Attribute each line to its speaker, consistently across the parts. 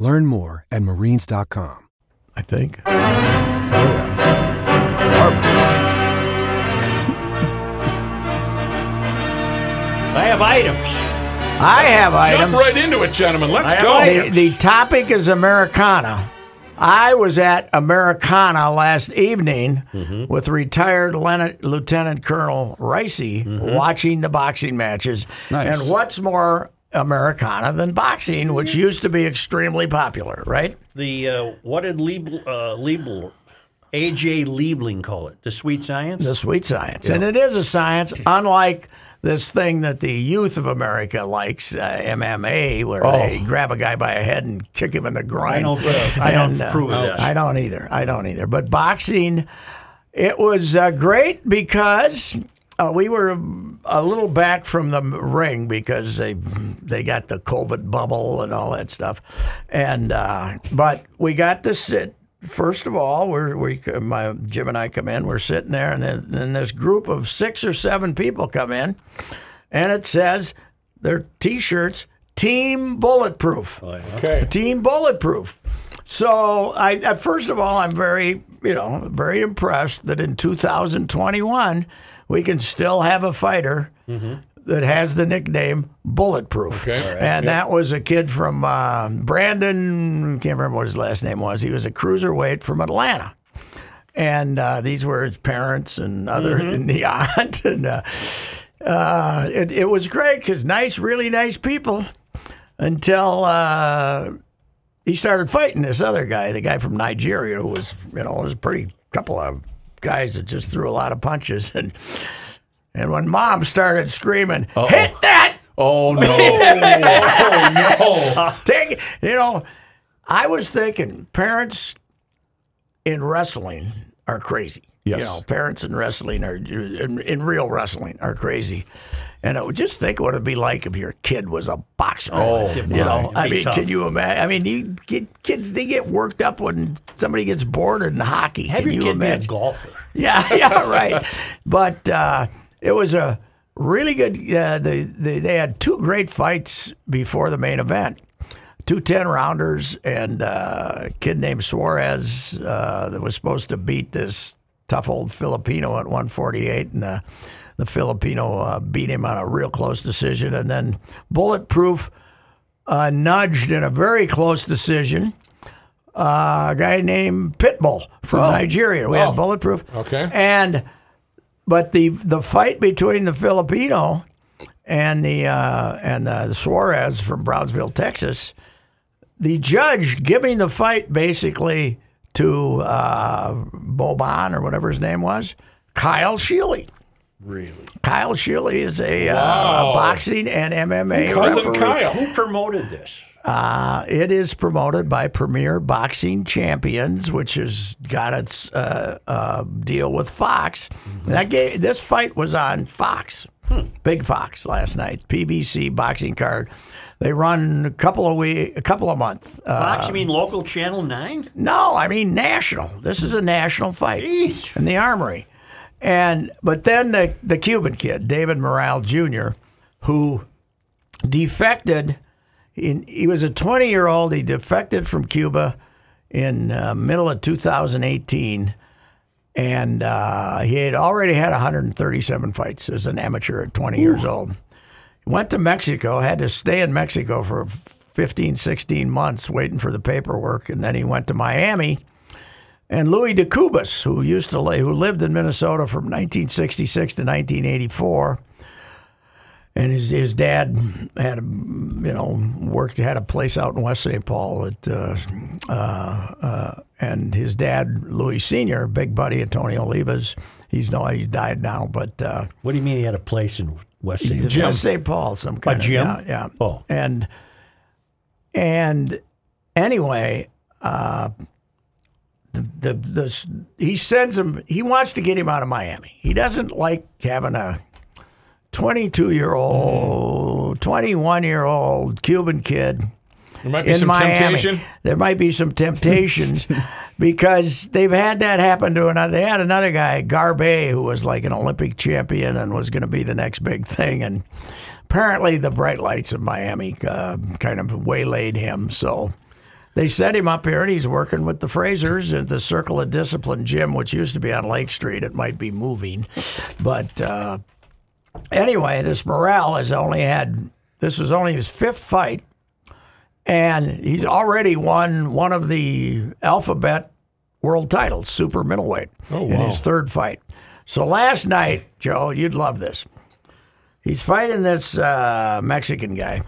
Speaker 1: Learn more at marines.com.
Speaker 2: I think. Oh, yeah. Perfect.
Speaker 3: I have items.
Speaker 2: I have items.
Speaker 4: Jump right into it, gentlemen. Let's
Speaker 3: I have
Speaker 4: go.
Speaker 3: idea.
Speaker 2: The, the topic is Americana. I was at Americana last evening
Speaker 4: Mm-hmm.
Speaker 2: with retired Lieutenant, Lieutenant Colonel Ricey watching the boxing matches.
Speaker 4: Mm-hmm. Nice.
Speaker 2: And what's more Americana than boxing, which used to be extremely popular, right?
Speaker 3: The uh, what did Lieb, uh, Liebl, AJ Liebling call it? The sweet science.
Speaker 2: The sweet science. And it is a science, unlike this thing that the youth of America likes, uh, MMA, where
Speaker 4: Oh.
Speaker 2: they grab a guy by a head and kick him in the groin.
Speaker 3: don't, uh, I don't approve of that.
Speaker 2: I don't either. I don't either. But boxing, it was uh, great because uh, we were a little back from the ring because they they got the COVID bubble and all that stuff, and uh, but we got to sit. First of all, we're, we my Jim and I come in. We're sitting there, and then and this group of six or seven people come in, and it says their T-shirts, Team Bulletproof.
Speaker 4: Oh, Okay.
Speaker 2: Team Bulletproof. So I, I- first of all, I'm very, you know, very impressed that in 2021 we can still have a fighter that has the nickname Bulletproof.
Speaker 4: Mm-hmm. Okay. All right.
Speaker 2: And that was a kid from uh, Brandon. Can't remember what his last name was. He was a cruiserweight from Atlanta. And uh, these were his parents and other
Speaker 4: Mm-hmm.
Speaker 2: and the aunt and uh, uh, it, it was great because nice, really nice people until uh, he started fighting this other guy, the guy from Nigeria, who was, you know, was a pretty couple of guys that just threw a lot of punches. And and when mom started screaming, hit that,
Speaker 4: Oh no. oh no.
Speaker 2: take it, you know, I was thinking parents in wrestling are crazy. You
Speaker 4: Yes.
Speaker 2: know, parents in wrestling are in, in real wrestling are crazy. And I would just think what it'd be like if your kid was a boxer.
Speaker 4: Oh,
Speaker 2: you
Speaker 3: my.
Speaker 2: know, I
Speaker 3: It'd be
Speaker 2: mean,
Speaker 3: tough.
Speaker 2: can you imagine? I mean, you get kids they get worked up when somebody gets bored in hockey.
Speaker 3: Have
Speaker 2: can
Speaker 3: your
Speaker 2: you
Speaker 3: kid
Speaker 2: imagine?
Speaker 3: be a golfer.
Speaker 2: Yeah, yeah, right. but uh, it was a really good. Uh, they, they they had two great fights before the main event. Two ten rounders and uh, a kid named Suarez uh, that was supposed to beat this tough old Filipino at 148, and the, the Filipino uh, beat him on a real close decision. And then Bulletproof uh, nudged in a very close decision uh, a guy named Pitbull from Nigeria. We
Speaker 4: Oh.
Speaker 2: had bulletproof.
Speaker 4: Okay.
Speaker 2: And but the the fight between the Filipino and the uh, and the Suarez from Brownsville, Texas, the judge giving the fight basically to uh, Boban or whatever his name was, Kyle Sheely.
Speaker 3: Really?
Speaker 2: Kyle Sheely is a
Speaker 4: Wow.
Speaker 2: uh, boxing and MMA
Speaker 4: Cousin
Speaker 2: referee.
Speaker 4: Kyle.
Speaker 3: Who promoted this?
Speaker 2: Uh, It is promoted by Premier Boxing Champions, which has got its uh, uh, deal with Fox. That game, this fight was on Fox, Big Fox last night. PBC Boxing Card. They run a couple of week, a couple of months. Uh,
Speaker 3: Fox? you mean local Channel Nine?
Speaker 2: no, I mean national. This is a national fight
Speaker 3: Jeez.
Speaker 2: in the Armory, and but then the the Cuban kid David Morale Jr., who defected. In, he was a 20 year old. He defected from Cuba in uh, middle of 2018, and uh, he had already had 137 fights as an amateur at 20 years old went to Mexico, had to stay in Mexico for 15, 16 months waiting for the paperwork, and then he went to Miami and Louis DeCubas, who used to lay, who lived in Minnesota from 1966 to 1984. And his, his dad had a you know worked had a place out in West St. Paul that uh, uh, uh, and his dad Louis Senior big buddy of Tony Oliva's he's no he died now but uh,
Speaker 3: What do you mean he had a place in West St.
Speaker 2: Jim. West St. Paul, some kind
Speaker 3: gym?
Speaker 2: of yeah, yeah.
Speaker 3: Oh.
Speaker 2: and and anyway, uh, the, the the s- he sends him. He wants to get him out of Miami. He doesn't like having a twenty-two year old, twenty-one year old Cuban kid
Speaker 4: There might be
Speaker 2: in
Speaker 4: some
Speaker 2: Miami.
Speaker 4: temptation.
Speaker 2: There might be some temptations because they've had that happen to another. They had another guy, Garbe, who was like an Olympic champion and was going to be the next big thing. And apparently, the bright lights of Miami uh, kind of waylaid him. So they set him up here, and he's working with the Frasers at the Circle of Discipline gym, which used to be on Lake Street. It might be moving, but. Uh, Anyway, this Morale has only had this was only his fifth fight, and he's already won one of the alphabet world titles, super middleweight,
Speaker 4: Oh,
Speaker 2: in
Speaker 4: wow.
Speaker 2: his third fight. So last night, Joe, you'd love this. He's fighting this uh, Mexican guy.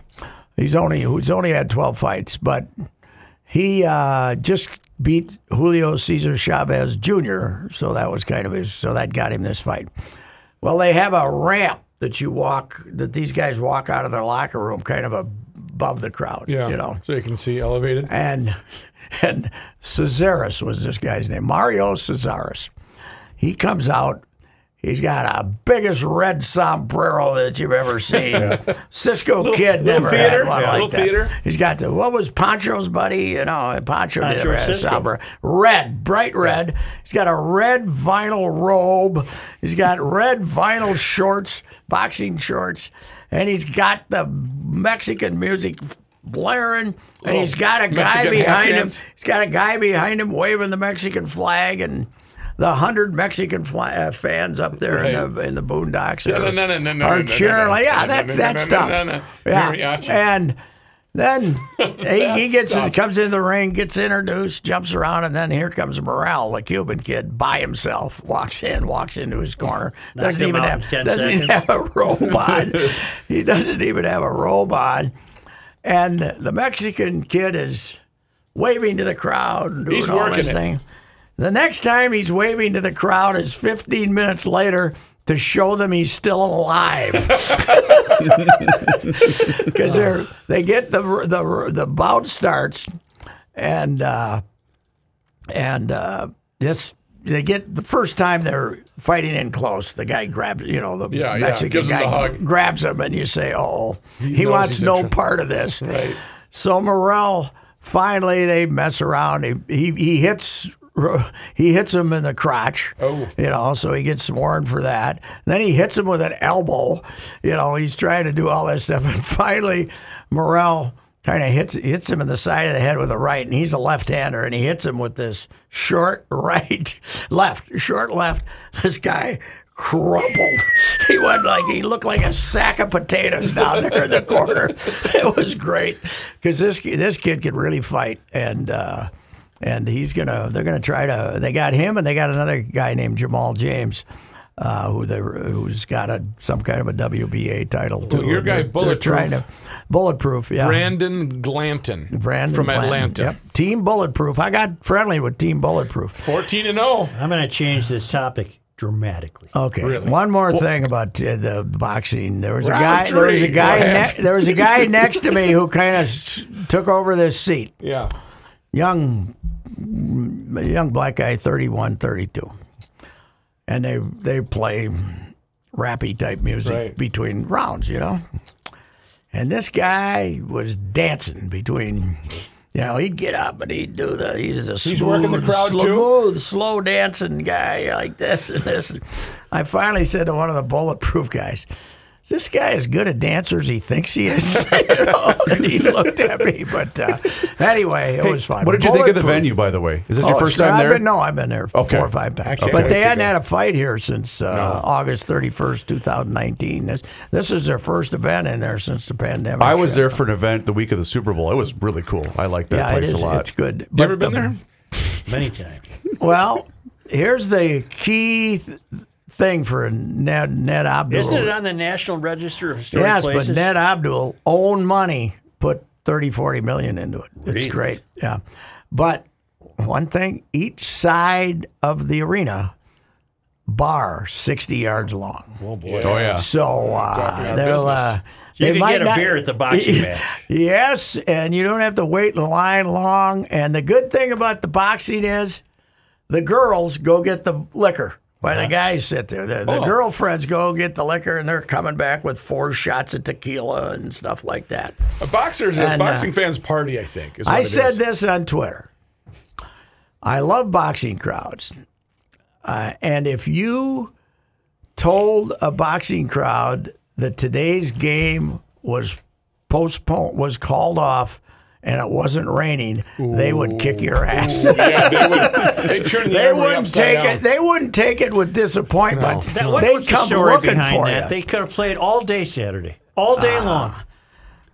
Speaker 2: He's only who's only had twelve fights, but he uh, just beat Julio Cesar Chavez Jr. So that was kind of his. So that got him this fight. Well, they have a ramp that you walk, that these guys walk out of their locker room, kind of above the crowd.
Speaker 4: Yeah.
Speaker 2: You know, Uh,
Speaker 4: So you can see elevated.
Speaker 2: and and Cesaris was this guy's name, Mario Cesaris. He comes out. He's got a biggest red sombrero that you've ever seen. Cisco Kid
Speaker 4: little
Speaker 2: never
Speaker 4: theater,
Speaker 2: had one
Speaker 4: yeah,
Speaker 2: like
Speaker 4: little
Speaker 2: that.
Speaker 4: theater.
Speaker 2: He's got the what was Poncho's buddy? You know, Poncho,
Speaker 3: Poncho
Speaker 2: never had a
Speaker 3: Cisco.
Speaker 2: sombrero. Red, bright red. He's got a red vinyl robe. He's got red vinyl shorts, boxing shorts, and he's got the Mexican music blaring. And
Speaker 4: Oh,
Speaker 2: he's got a guy
Speaker 4: Mexican
Speaker 2: behind him.
Speaker 4: hat-cans.
Speaker 2: He's got a guy behind him waving the Mexican flag and the hundred Mexican fly, uh, fans up there in, the, in the boondocks are,
Speaker 4: no, no, no, no, no,
Speaker 2: are
Speaker 4: no, no,
Speaker 2: cheering.
Speaker 4: no.
Speaker 2: like, yeah,
Speaker 4: No,
Speaker 2: that,
Speaker 4: no, no,
Speaker 2: that
Speaker 4: no,
Speaker 2: stuff.
Speaker 4: no, no, no.
Speaker 2: Yeah.
Speaker 4: Mariachi.
Speaker 2: And then he, he gets
Speaker 4: stuff.
Speaker 2: comes into the ring, gets introduced, jumps around, and then here comes Morale, the Cuban kid, by himself, walks in, walks into his corner, doesn't
Speaker 3: him
Speaker 2: even
Speaker 3: out
Speaker 2: have
Speaker 3: in 10
Speaker 2: doesn't even
Speaker 3: seconds.
Speaker 2: have a robe on. he doesn't even have a robe on. And the Mexican kid is waving to the crowd and doing
Speaker 4: He's
Speaker 2: all
Speaker 4: working
Speaker 2: this
Speaker 4: it.
Speaker 2: thing. The next time he's waving to the crowd is 15 minutes later to show them he's still alive. because they're they get the the the bout starts, and uh, and uh, this they get the first time they're fighting in close. The guy grabs you know the
Speaker 4: Yeah, yeah,
Speaker 2: Mexican
Speaker 4: gives him
Speaker 2: guy
Speaker 4: the hug.
Speaker 2: grabs him, and you say, "Oh, he,
Speaker 4: knows
Speaker 2: wants
Speaker 4: he's a
Speaker 2: no
Speaker 4: tr-
Speaker 2: part of this."
Speaker 4: Right.
Speaker 2: So Morel finally they mess around. He he, he hits. He hits him in the crotch,
Speaker 4: Oh.
Speaker 2: you know, so he gets sworn for that. Then he hits him with an elbow, you know. He's trying to do all that stuff, and finally, Morel kind of hits hits him in the side of the head with a right, and he's a left-hander, and he hits him with this short right, left, short left. This guy crumpled. He went like he looked like a sack of potatoes down there in the corner. It was great because this this kid could really fight, and uh, and he's gonna they're gonna try to they got him and they got another guy named Jamal James. Uh, who they who's got a some kind of a WBA title too?
Speaker 4: your
Speaker 2: And
Speaker 4: guy
Speaker 2: they're- they're trying to bulletproof, yeah.
Speaker 4: Brandon Glanton.
Speaker 2: Brandon
Speaker 4: from
Speaker 2: Blanton.
Speaker 4: Atlanta.
Speaker 2: Yep. Team Bulletproof. I got friendly with Team Bulletproof.
Speaker 4: 14 and oh. 0.
Speaker 3: I'm going to change this topic dramatically.
Speaker 2: Okay.
Speaker 4: Really?
Speaker 2: One more thing about uh, the boxing. There was a
Speaker 4: Round
Speaker 2: guy. There was a
Speaker 4: three.
Speaker 2: guy.
Speaker 4: Go ahead.
Speaker 2: Ne- there was a guy next to me who kind of s- took over this seat.
Speaker 4: Yeah.
Speaker 2: Young, young black guy, 31, 32. and they they play rappy type music
Speaker 4: Right.
Speaker 2: between rounds, you know. And this guy was dancing between, you know, he'd get up and he'd do the he's a smooth,
Speaker 4: working the crowd, too?
Speaker 2: smooth, slow dancing guy like this and this. I finally said to one of the bulletproof guys. "Is This guy as good a dancer as he thinks he is. you know? And he looked at me, but uh, anyway, it was fun.
Speaker 5: What did you think of the
Speaker 2: Bulletproof-
Speaker 5: venue, by the way? Is it your
Speaker 2: Oh,
Speaker 5: first
Speaker 2: sure.
Speaker 5: time
Speaker 2: I've
Speaker 5: there?
Speaker 2: been- no, I've been there
Speaker 5: Okay.
Speaker 2: four or five times.
Speaker 4: Okay.
Speaker 2: But they
Speaker 4: Okay,
Speaker 2: hadn't
Speaker 4: good.
Speaker 2: had a fight here since uh, August 31st, 2019. This, this is their first event in there since the pandemic.
Speaker 5: I was
Speaker 2: Yeah.
Speaker 5: there for an event the week of the Super Bowl. It was really cool. I like that
Speaker 2: Yeah, it
Speaker 5: place
Speaker 2: is.
Speaker 5: a lot.
Speaker 2: It's good.
Speaker 4: You ever been there?
Speaker 3: many times.
Speaker 2: Well, here's the key th- thing for Ned, Ned Abdul.
Speaker 3: Isn't it on the National Register of Historic
Speaker 2: yes,
Speaker 3: Places?
Speaker 2: but Ned Abdul own money put 30, 40 million into it. It's
Speaker 3: Really?
Speaker 2: great. Yeah. But one thing, each side of the arena bar 60 yards long.
Speaker 3: Oh boy.
Speaker 4: Oh yeah.
Speaker 2: So
Speaker 4: Dropping
Speaker 2: uh,
Speaker 4: our
Speaker 2: they'll
Speaker 4: business.
Speaker 2: uh,
Speaker 3: So you
Speaker 2: they
Speaker 3: can
Speaker 2: might
Speaker 3: get a
Speaker 2: not-
Speaker 3: beer at the boxing match.
Speaker 2: Yes, and you don't have to wait in line long. And the good thing about the boxing is, the girls go get the liquor. While
Speaker 3: Uh-huh.
Speaker 2: the guys sit there. The, the
Speaker 3: Oh.
Speaker 2: girlfriends go get the liquor, and they're coming back with four shots of tequila and stuff like that.
Speaker 4: A boxers, a
Speaker 2: And, uh,
Speaker 4: boxing fans party. I think. Is what
Speaker 2: I
Speaker 4: it
Speaker 2: said
Speaker 4: is.
Speaker 2: this on Twitter. I love boxing crowds. Uh, and if you told a boxing crowd that today's game was postponed, was called off, and it wasn't raining, they would kick your ass.
Speaker 4: Yeah, they would. They turn the
Speaker 2: They
Speaker 4: armory
Speaker 2: wouldn't
Speaker 4: upside
Speaker 2: take
Speaker 4: down.
Speaker 2: it. They wouldn't take it with disappointment.
Speaker 4: No.
Speaker 3: That, what
Speaker 2: They'd
Speaker 3: was the
Speaker 2: come
Speaker 3: story
Speaker 2: looking
Speaker 3: behind
Speaker 2: for
Speaker 3: that?
Speaker 2: you.
Speaker 3: They could have played all day Saturday, all day long.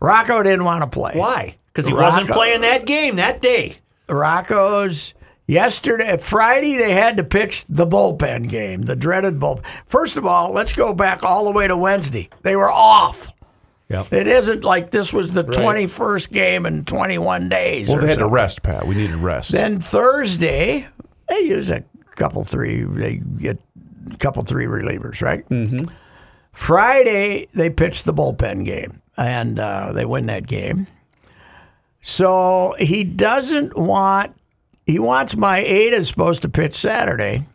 Speaker 2: Rocco didn't want to play.
Speaker 3: Why? Because he wasn't
Speaker 2: Rocco.
Speaker 3: playing that game that day.
Speaker 2: Rocco's yesterday, Friday, they had to pitch the bullpen game, the dreaded bullpen. First of all, let's go back all the way to Wednesday. They were off.
Speaker 3: Yep.
Speaker 2: It isn't like this was the 21st game in 21 days.
Speaker 5: Well,
Speaker 2: or
Speaker 5: they had to
Speaker 2: something.
Speaker 5: rest, Pat. We needed rest.
Speaker 2: Then Thursday, they use a couple three. They get a couple three relievers, right? Mm-hmm. Friday they pitch the bullpen game and uh, they win that game. So he doesn't want. He wants my Ada supposed to pitch Saturday.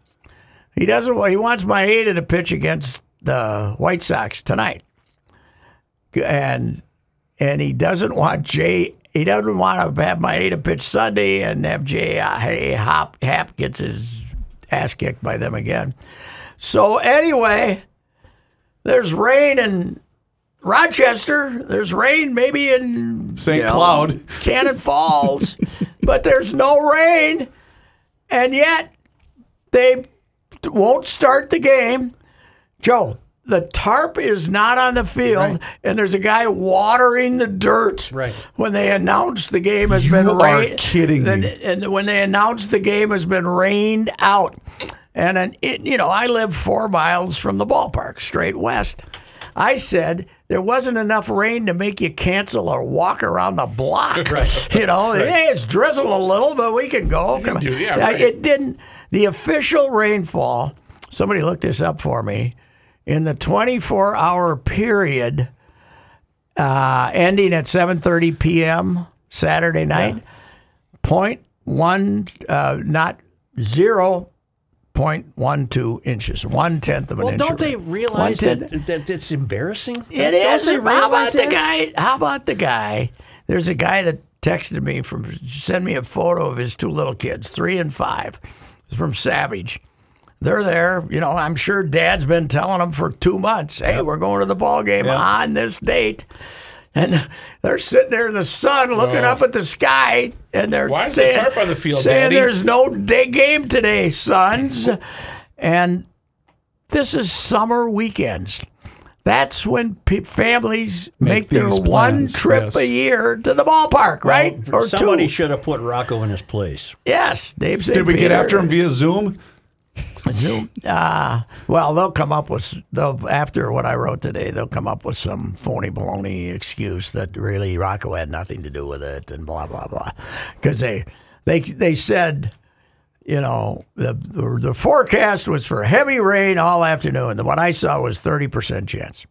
Speaker 2: He doesn't. want- He wants my Ada to pitch against the White Sox tonight. And and he doesn't want Jay. He doesn't want to have Maeda pitch Sunday and have Jay uh, hey, Hop Hap gets his ass kicked by them again. So anyway, there's rain in Rochester. There's rain maybe in
Speaker 5: St. Cloud.
Speaker 2: Cannon Falls, but there's no rain, and yet they won't start the game. Joe, the tarp is not on the field, and there's a guy watering the dirt
Speaker 3: Right.
Speaker 2: when they announce the game has
Speaker 5: You
Speaker 2: been
Speaker 5: are
Speaker 2: rained.
Speaker 5: kidding
Speaker 2: and,
Speaker 5: me.
Speaker 2: and when they announce the game has been rained out, and an, it, you know, I live four miles from the ballpark, straight west. I said there wasn't enough rain to make you cancel or walk around the block. You know, hey, it's drizzled a little, but we can go. Come on.
Speaker 4: do- yeah,
Speaker 2: Now,
Speaker 4: right.
Speaker 2: It didn't. The official rainfall. Somebody looked this up for me. In the 24-hour period uh, ending at 7:30 p.m. Saturday night, point one, uh, not zero. 0.12 inches, one tenth of an
Speaker 3: Well,
Speaker 2: inch.
Speaker 3: don't
Speaker 2: of
Speaker 3: they
Speaker 2: rain.
Speaker 3: realize
Speaker 2: One tenth-
Speaker 3: that, that it's embarrassing?
Speaker 2: it
Speaker 3: Don't
Speaker 2: is.
Speaker 3: they
Speaker 2: How about
Speaker 3: realize
Speaker 2: the
Speaker 3: that?
Speaker 2: guy? How about the guy? There's a guy that texted me from send me a photo of his two little kids, three and five. It's from Savage. They're there. You know, I'm sure Dad's been telling them for two months. Hey, we're going to the ball game on this date. And they're sitting there in the sun, looking
Speaker 4: Oh.
Speaker 2: up at the sky, and they're
Speaker 4: Why is the
Speaker 2: saying,
Speaker 4: tarp on the field,
Speaker 2: saying
Speaker 4: Daddy?
Speaker 2: there's no day game today, sons. and this is summer weekends. That's when pe- families make, their
Speaker 5: these
Speaker 2: one
Speaker 5: plans,
Speaker 2: trip
Speaker 5: yes.
Speaker 2: a year to the ballpark, right? or
Speaker 3: Somebody
Speaker 2: two.
Speaker 3: should have put Rocco in his place.
Speaker 2: yes, Dave. St.
Speaker 5: Did we get
Speaker 2: Peter.
Speaker 5: after him via Zoom?
Speaker 2: Zoom. Uh, well, they'll come up with they'll after what I wrote today. They'll come up with some phony baloney excuse that really Rocco had nothing to do with it and blah blah blah, because they they they said. You know, the, the the forecast was for heavy rain all afternoon. The one I saw was thirty percent chance,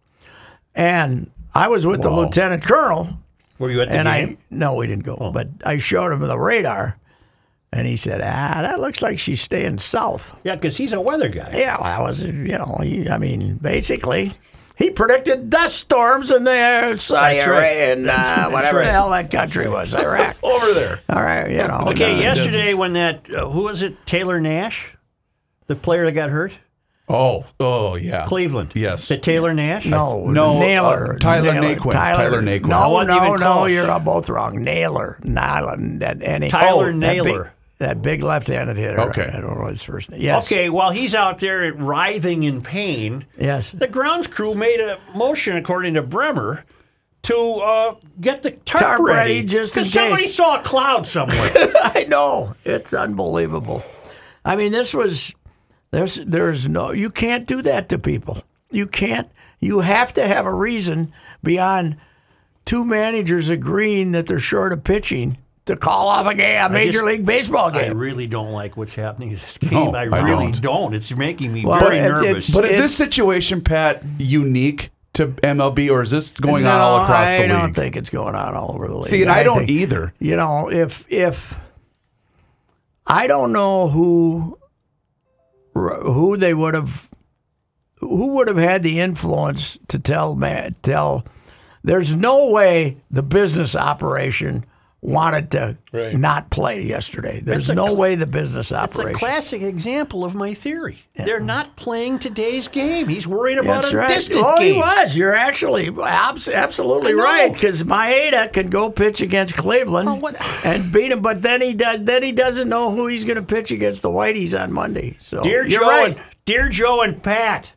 Speaker 2: and I was with the lieutenant colonel,
Speaker 3: Were you at the
Speaker 2: and
Speaker 3: game? Oh.
Speaker 2: I no, we didn't go, but I showed him the radar, and he said, "Ah, that looks like she's staying south."
Speaker 3: yeah, because he's a weather guy.
Speaker 2: Yeah, well, I was, you know, he, I mean, basically, he predicted dust storms in there, Saudi
Speaker 3: That's right.
Speaker 2: Arabia and uh, whatever
Speaker 3: right.
Speaker 2: the hell that country was, Iraq.
Speaker 4: over there.
Speaker 2: All right, you know.
Speaker 3: Okay,
Speaker 2: uh,
Speaker 3: yesterday when that uh, who was it? Taylor Nash, the player that got hurt,
Speaker 5: Oh, oh yeah.
Speaker 3: Cleveland.
Speaker 5: Yes.
Speaker 3: The Taylor Nash.
Speaker 2: No,
Speaker 5: No,
Speaker 2: Nailer.
Speaker 5: uh, Tyler Naquin. Tyler Naquin. I
Speaker 2: No, no,
Speaker 3: wasn't even
Speaker 2: no,
Speaker 3: close.
Speaker 2: you're uh, both wrong. Nailer, Nylon, that any oh,
Speaker 3: Tyler
Speaker 2: that big-
Speaker 3: Naylor.
Speaker 2: that big left-handed hitter.
Speaker 5: Okay.
Speaker 2: I don't know his first name. Yes,
Speaker 3: Okay, while he's out there writhing in pain,
Speaker 2: yes.
Speaker 3: the grounds crew made a motion, according to Bremer, to uh, get the tarp,
Speaker 2: Tarp ready, just in
Speaker 3: because somebody
Speaker 2: case.
Speaker 3: saw a cloud somewhere.
Speaker 2: I know it's unbelievable. I mean, this was there's there's no you can't do that to people. You can't. You have to have a reason beyond two managers agreeing that they're short of pitching to call off a game, a major
Speaker 3: just-
Speaker 2: league baseball
Speaker 3: I
Speaker 2: game.
Speaker 3: really don't like what's happening in this game.
Speaker 5: No,
Speaker 3: I
Speaker 5: I
Speaker 3: really
Speaker 5: don't.
Speaker 3: don't. It's making me
Speaker 2: Well,
Speaker 3: very
Speaker 2: it- it-
Speaker 3: nervous.
Speaker 5: But is
Speaker 2: It-
Speaker 5: this situation, Pat, unique to MLB, or is this going on
Speaker 2: No,
Speaker 5: all across
Speaker 2: I
Speaker 5: the league?
Speaker 2: don't think it's going on all over the league.
Speaker 5: See, and I, don't
Speaker 2: think-
Speaker 5: either.
Speaker 2: you know, if if I don't know who who they would have who would have had the influence to tell man tell there's no way the business operation wanted to
Speaker 4: Right.
Speaker 2: not play yesterday. There's
Speaker 3: a
Speaker 2: no
Speaker 3: cl-
Speaker 2: way the business
Speaker 3: That's a
Speaker 2: operation.
Speaker 3: classic example of my theory. They're not playing today's game. He's worried about
Speaker 2: That's
Speaker 3: a
Speaker 2: right.
Speaker 3: distant
Speaker 2: oh,
Speaker 3: game.
Speaker 2: he was. You're actually abs- absolutely
Speaker 3: I know.
Speaker 2: right because Maeda can go pitch against Cleveland
Speaker 3: Oh, what-
Speaker 2: and beat him, but then he does. Then he doesn't know who he's going to pitch against the Whiteys on Monday. So
Speaker 3: Dear
Speaker 2: you're
Speaker 3: Joe,
Speaker 2: right.
Speaker 3: and, dear Joe and Pat,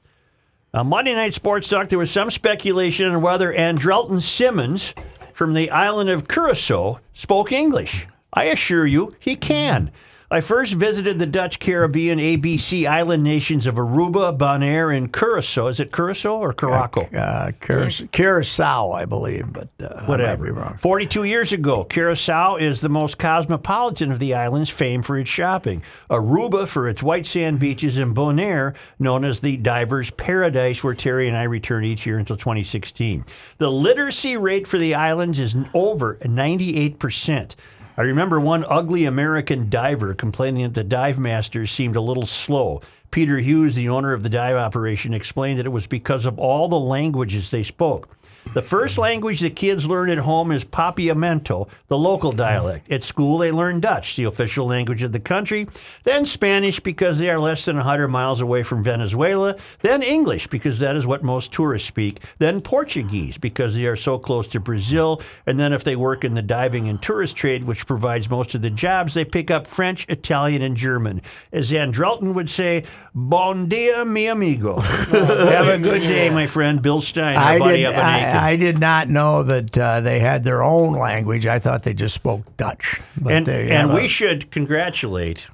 Speaker 3: on Monday Night Sports Talk, there was some speculation on whether Andrelton Simmons from the island of Curacao spoke English. I assure you, he can. I first visited the Dutch Caribbean ABC island nations of Aruba, Bonaire, and Curacao. Is it Curacao or Caracal?
Speaker 2: Uh, Curacao, Curacao, I believe, but uh,
Speaker 3: Whatever.
Speaker 2: I might be wrong.
Speaker 3: 42 years ago, Curacao is the most cosmopolitan of the islands, famed for its shopping. Aruba for its white sand beaches, and Bonaire, known as the diver's paradise, where Terry and I return each year until 2016. The literacy rate for the islands is n- over 98%. I remember one ugly American diver complaining that the dive masters seemed a little slow. Peter Hughes, the owner of the dive operation, explained that it was because of all the languages they spoke. The first language the kids learn at home is Papiamento, the local dialect. At school, they learn Dutch, the official language of the country, then Spanish because they are less than 100 miles away from Venezuela, then English because that is what most tourists speak, then Portuguese because they are so close to Brazil, and then if they work in the diving and tourist trade, which provides most of the jobs, they pick up French, Italian, and German. As Andrelton would say, Bon dia, mi amigo. Have a good day, my friend. Bill Stein, our
Speaker 2: I
Speaker 3: buddy
Speaker 2: did,
Speaker 3: up in Aiken.
Speaker 2: I, I did not know that uh, they had their own language. I thought they just spoke Dutch. But
Speaker 3: and
Speaker 2: they
Speaker 3: and
Speaker 2: have
Speaker 3: we
Speaker 2: a-
Speaker 3: should congratulate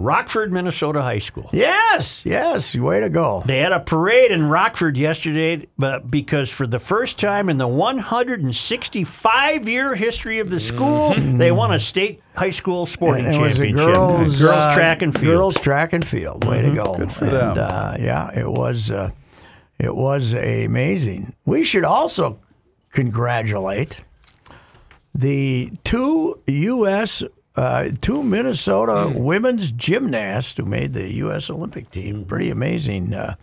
Speaker 3: Rockford, Minnesota High School.
Speaker 2: yes, yes, way to go.
Speaker 3: They had a parade in Rockford yesterday, but because for the first time in the 165 year history of the school, they won a state high school sporting
Speaker 2: Mm-hmm. And it was a
Speaker 3: championship.
Speaker 2: girls, uh,
Speaker 3: track and field. Mm-hmm.
Speaker 2: Girls track and field. Way to go! Good for
Speaker 5: them.
Speaker 2: And, uh, yeah, it was. Uh, it was amazing. We should also congratulate the two U.S. Uh, two Minnesota
Speaker 3: Mm.
Speaker 2: women's gymnasts who made the U.S. Olympic team.
Speaker 3: Mm.
Speaker 2: Pretty amazing. Uh,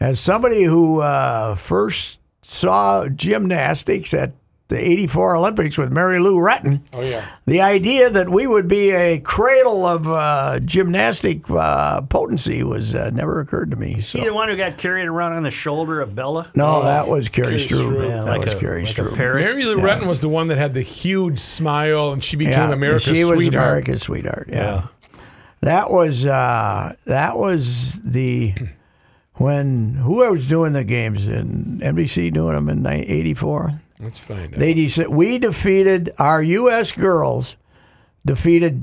Speaker 2: as somebody who uh, first saw gymnastics at the 84 Olympics with Mary Lou Retton,
Speaker 4: Oh yeah.
Speaker 2: the idea that we would be a cradle of uh, gymnastic uh, potency was uh, never occurred to me.
Speaker 3: He the
Speaker 2: So.
Speaker 3: one who got carried around on the shoulder of Bella?
Speaker 2: No, that was Carrie Strube.
Speaker 4: Strube.
Speaker 2: that
Speaker 3: like
Speaker 2: was
Speaker 3: a-
Speaker 2: Carrie
Speaker 3: like a
Speaker 2: Strube.
Speaker 3: parrot.
Speaker 4: Mary Lou Retton was the one that had the huge smile, and she became
Speaker 2: yeah,
Speaker 4: America's
Speaker 2: she was
Speaker 4: sweetheart.
Speaker 2: America's sweetheart. Yeah, that was uh, that was the when whoever was doing the games in NBC doing them in '84.
Speaker 4: That's fine.
Speaker 2: They de- we defeated our U.S. girls defeated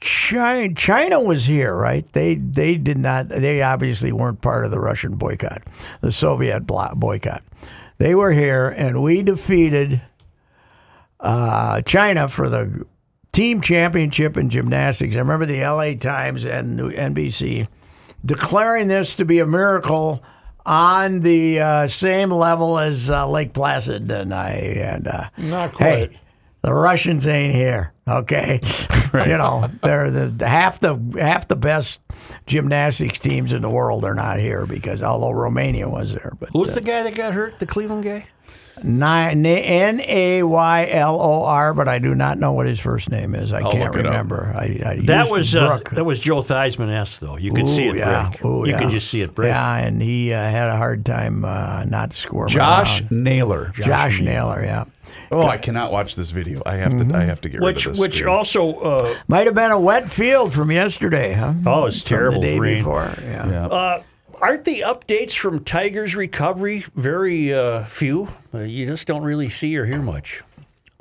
Speaker 2: China. China was here, right? They they did not. They obviously weren't part of the Russian boycott, the Soviet blo- boycott. They were here, and we defeated uh, China for the team championship in gymnastics. I remember the L.A. Times and the NBC declaring this to be a miracle on the uh, same level as uh, Lake Placid, and I and uh,
Speaker 4: Not
Speaker 2: hey,
Speaker 4: quite.
Speaker 2: the Russians ain't here. Okay, you know they're the, the half the half the best gymnastics teams in the world are not here because although Romania was there, but
Speaker 3: Who's the guy that got hurt? The Cleveland guy?
Speaker 2: N A Y L O R, but I do not know what his first name is. I can't
Speaker 5: look it up.
Speaker 2: remember. I, I
Speaker 3: That
Speaker 2: used
Speaker 3: was uh,
Speaker 2: Brooke.
Speaker 3: that was Joe Theismann S though. You could see
Speaker 2: Ooh,
Speaker 3: it
Speaker 2: yeah.
Speaker 3: break.
Speaker 2: Ooh,
Speaker 3: you
Speaker 2: yeah.
Speaker 3: can just see it break.
Speaker 2: Yeah, and he uh, had a hard time uh, not scoring. Uh,
Speaker 5: Josh Naylor.
Speaker 2: Josh Naylor, Mm-hmm. yeah.
Speaker 5: Oh, I cannot watch this video. I have to. I have to get
Speaker 3: Which
Speaker 5: rid of this.
Speaker 3: which
Speaker 5: screen.
Speaker 3: also uh,
Speaker 2: Might have been a wet field from yesterday, huh?
Speaker 3: Oh, it's
Speaker 2: From
Speaker 3: terrible
Speaker 2: The day
Speaker 3: rain.
Speaker 2: before, yeah.
Speaker 5: Yeah.
Speaker 3: aren't the updates from Tiger's recovery very uh, few? Uh, you just don't really see or hear much.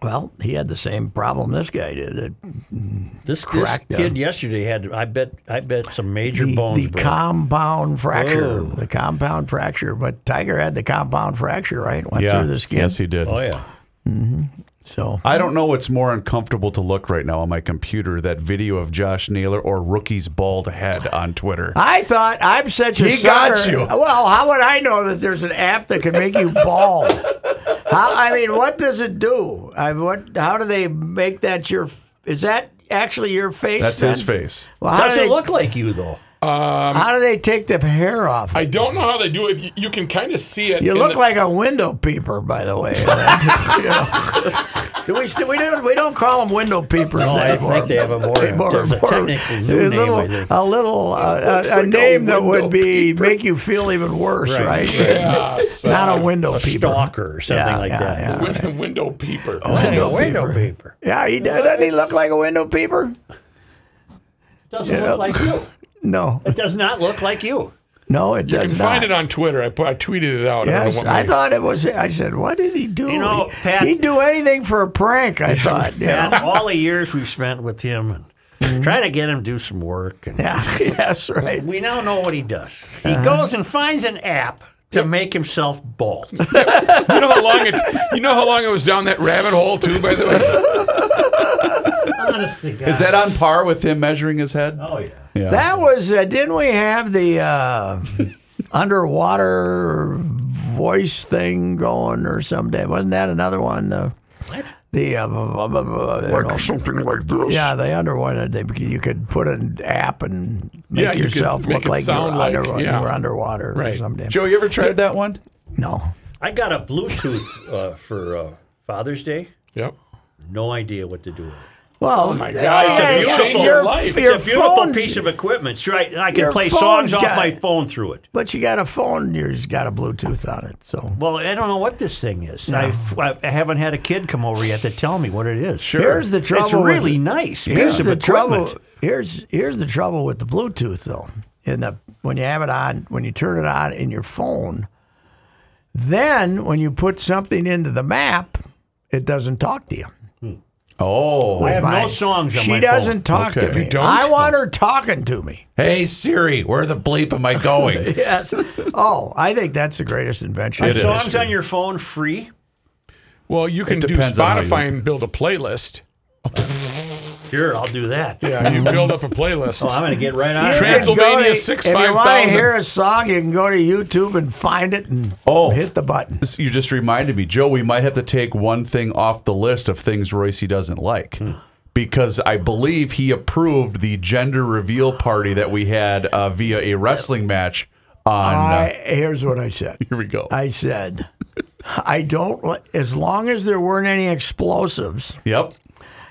Speaker 2: Well, he had the same problem this guy did. It-
Speaker 3: This, this
Speaker 2: Cracked
Speaker 3: kid
Speaker 2: up.
Speaker 3: yesterday had, I bet, I bet some major
Speaker 2: The,
Speaker 3: bones
Speaker 2: the
Speaker 3: broke.
Speaker 2: compound fracture.
Speaker 3: Oh.
Speaker 2: The compound fracture. But Tiger had the compound fracture, right? Went
Speaker 5: Yeah.
Speaker 2: through the skin.
Speaker 5: Yes, he did.
Speaker 3: oh yeah.
Speaker 2: So
Speaker 5: I don't know what's more uncomfortable to look right now on my computer that video of Josh Naylor or Rookie's bald head on Twitter.
Speaker 2: I thought I'm such a
Speaker 5: He
Speaker 2: sucker.
Speaker 5: got you.
Speaker 2: Well, how would I know that there's an app that can make you bald? how, I mean, what does it do? I what? How do they make that your? Is that actually your face?
Speaker 5: That's
Speaker 2: then?
Speaker 5: his face. Um,
Speaker 2: Well, how
Speaker 3: Doesn't
Speaker 2: do they,
Speaker 3: look like you though.
Speaker 2: How do they take the hair off?
Speaker 4: I don't know how they do it. You, you can kind of see it.
Speaker 2: You
Speaker 4: in
Speaker 2: look
Speaker 4: the-
Speaker 2: like a window peeper, by the way. You know? Do we still, we don't we don't call them window peepers
Speaker 3: No, I
Speaker 2: anymore.
Speaker 3: think they have a more- there's a technical new
Speaker 2: a
Speaker 3: name,
Speaker 2: little,
Speaker 3: I think.
Speaker 2: a little uh, a,
Speaker 4: looks
Speaker 2: a
Speaker 4: like a
Speaker 2: name that
Speaker 4: window
Speaker 2: would be make you feel even worse,
Speaker 3: Right.
Speaker 2: right?
Speaker 4: Yeah, so-
Speaker 2: Not a window peeper.
Speaker 3: Stalker or something
Speaker 2: Yeah,
Speaker 3: like
Speaker 2: yeah,
Speaker 3: that.
Speaker 2: yeah.
Speaker 4: uh, Win- window peeper.
Speaker 2: Oh,
Speaker 3: Like a
Speaker 2: Window
Speaker 3: window
Speaker 2: paper.
Speaker 3: paper.
Speaker 2: Yeah, he does. Doesn't he look like a window peeper?
Speaker 3: Doesn't look like you.
Speaker 2: No,
Speaker 3: It does not look like you.
Speaker 2: no, it
Speaker 4: you
Speaker 2: does
Speaker 4: can
Speaker 2: not.
Speaker 4: find it on Twitter. I, put, I tweeted it out.
Speaker 2: Yes,
Speaker 4: I,
Speaker 2: I thought it was. I said, "What did he do?
Speaker 3: You know,
Speaker 2: He-
Speaker 3: Pat-
Speaker 2: he'd do anything for a prank." I thought. Yeah, Mm-hmm.
Speaker 3: And all the years we've spent with him and trying to get him to do some work and
Speaker 2: yeah, yes, right.
Speaker 3: We now know what he does. He
Speaker 2: Uh-huh.
Speaker 3: goes and finds an app to make himself bald.
Speaker 4: you know how long it. You know how long I was down that rabbit hole too. By the way,
Speaker 3: Honestly, God.
Speaker 5: Is that on par with him measuring his head?
Speaker 3: Oh yeah.
Speaker 5: Yeah.
Speaker 2: That was uh, didn't we have the uh, underwater voice thing going or someday? Wasn't that another one? The the uh, blah, blah, blah, blah, you know.
Speaker 4: something like this.
Speaker 2: yeah, the underwater. They, you could put an app and make
Speaker 4: Yeah, you could
Speaker 2: yourself
Speaker 4: make
Speaker 2: look
Speaker 4: it
Speaker 2: like, you're
Speaker 4: sound like-
Speaker 2: underwater,
Speaker 4: yeah.
Speaker 2: you were underwater or
Speaker 4: Right.
Speaker 2: someday.
Speaker 5: Joe, you ever tried that one?
Speaker 2: No,
Speaker 3: I got a Bluetooth uh, for uh, Father's Day.
Speaker 4: Yep.
Speaker 3: No idea what to do with it.
Speaker 2: well,
Speaker 4: Oh my God, it's a
Speaker 2: yeah,
Speaker 4: beautiful
Speaker 2: your- your,
Speaker 4: life.
Speaker 2: Your
Speaker 3: It's a beautiful
Speaker 2: phone's-
Speaker 3: piece of equipment. Sure, I, I can
Speaker 2: Your
Speaker 3: play
Speaker 2: phone's
Speaker 3: songs off
Speaker 2: got-
Speaker 3: my phone through it.
Speaker 2: But you got a phone. You've got a Bluetooth on it, so.
Speaker 3: Well, I don't know what this thing is. I've- I, I haven't had a kid come over yet to tell me what it is. Sure.
Speaker 2: Here's the
Speaker 3: It's
Speaker 2: trouble with
Speaker 3: really
Speaker 2: it.
Speaker 3: nice piece
Speaker 2: Here's
Speaker 3: of
Speaker 2: the
Speaker 3: equipment.
Speaker 2: trouble. Here's here's the trouble with the Bluetooth though. In the when you have it on, when you turn it on in your phone, then when you put something into the map, it doesn't talk to you.
Speaker 5: Oh.
Speaker 3: I have
Speaker 2: My-
Speaker 3: no songs on
Speaker 2: she
Speaker 3: my
Speaker 2: doesn't talk
Speaker 5: Okay.
Speaker 2: to me.
Speaker 4: You don't?
Speaker 2: I want her talking to me.
Speaker 5: Hey, Siri, where the bleep am I going?
Speaker 2: Yes. oh, I think that's the greatest invention.
Speaker 5: It
Speaker 3: phone.
Speaker 5: is.
Speaker 3: Songs on your phone free?
Speaker 4: Well, you can do
Speaker 5: depends on how
Speaker 4: Spotify
Speaker 5: you-
Speaker 4: and build a playlist.
Speaker 3: Sure, I'll do that.
Speaker 4: Yeah, you build up a playlist.
Speaker 3: Well, Oh, I'm going to get right on.
Speaker 2: You
Speaker 3: it.
Speaker 2: can go
Speaker 4: Transylvania
Speaker 2: to-
Speaker 4: 65,000.
Speaker 2: If you want to hear a song, you can go to YouTube and find it and
Speaker 5: Oh.
Speaker 2: hit the button.
Speaker 5: This- You just reminded me, Joe, we might have to take one thing off the list of things Royce doesn't like.
Speaker 2: Hmm.
Speaker 5: Because I believe he approved the gender reveal party that we had uh, via a wrestling match on. uh,
Speaker 2: I, here's what I said.
Speaker 5: here we go.
Speaker 2: I said, I don't, li- as long as there weren't any explosives
Speaker 5: yep.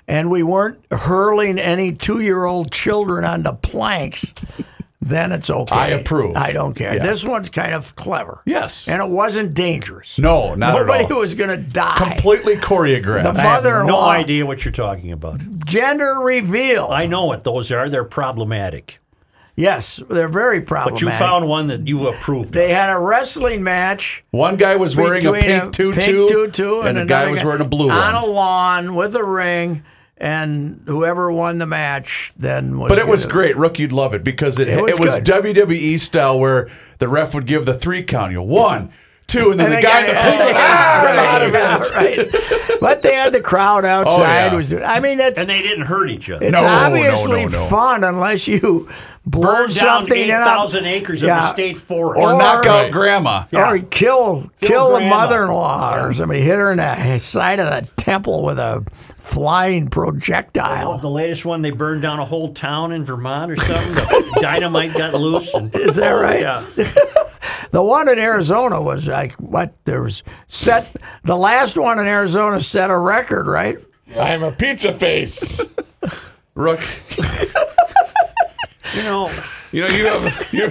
Speaker 2: and we weren't hurling any two year old children onto planks, then it's okay.
Speaker 5: I approve.
Speaker 2: I don't care.
Speaker 5: Yeah.
Speaker 2: This one's kind of clever.
Speaker 5: Yes.
Speaker 2: And it wasn't dangerous.
Speaker 5: No, not
Speaker 2: Nobody
Speaker 5: at all.
Speaker 2: was going to die.
Speaker 5: Completely choreographed.
Speaker 2: The
Speaker 3: I have
Speaker 2: mother in
Speaker 3: no
Speaker 2: law,
Speaker 3: idea what you're talking about.
Speaker 2: gender reveal.
Speaker 3: I know what those are. They're problematic.
Speaker 2: yes, they're very
Speaker 3: But
Speaker 2: problematic.
Speaker 3: you found one that you approved.
Speaker 2: They had a wrestling match.
Speaker 5: One guy was wearing a
Speaker 2: between
Speaker 5: pink tutu,
Speaker 2: pink tutu
Speaker 5: and, the
Speaker 2: another
Speaker 5: guy was wearing a blue
Speaker 2: on
Speaker 5: one.
Speaker 2: a lawn with a ring, and whoever won the match then was.
Speaker 5: But it was
Speaker 2: gonna-
Speaker 5: great, Rook. You'd love it because it it was,
Speaker 2: was good.
Speaker 5: WWE style where the ref would give the three count. You go, one, two, and then the guy in the pink would
Speaker 2: yeah,
Speaker 5: out of
Speaker 2: yeah,
Speaker 5: it. Oh,
Speaker 2: right. But they had the crowd outside.
Speaker 5: yeah.
Speaker 2: was, I mean, that's
Speaker 3: and they didn't hurt each other.
Speaker 2: it's
Speaker 5: No, no,
Speaker 2: obviously
Speaker 5: no, no.
Speaker 2: fun unless you blow
Speaker 3: Burn down
Speaker 2: something in a-
Speaker 3: 8,000 acres of the
Speaker 2: Yeah.
Speaker 3: state forest.
Speaker 5: Or
Speaker 2: Or-
Speaker 5: knock out
Speaker 4: Right.
Speaker 5: grandma.
Speaker 2: Or kill kill, the
Speaker 3: grandma.
Speaker 2: mother-in-law or somebody hit her in the side of the temple with a flying projectile.
Speaker 3: the latest one, they burned down a whole town in Vermont or something. The dynamite got loose. And,
Speaker 2: Is that right?
Speaker 3: Oh, Yeah.
Speaker 2: The one in Arizona was like what? There was set the last one in Arizona set a record, right?
Speaker 4: I'm a pizza face.
Speaker 5: Rook,
Speaker 3: You know,
Speaker 4: you know, you have you.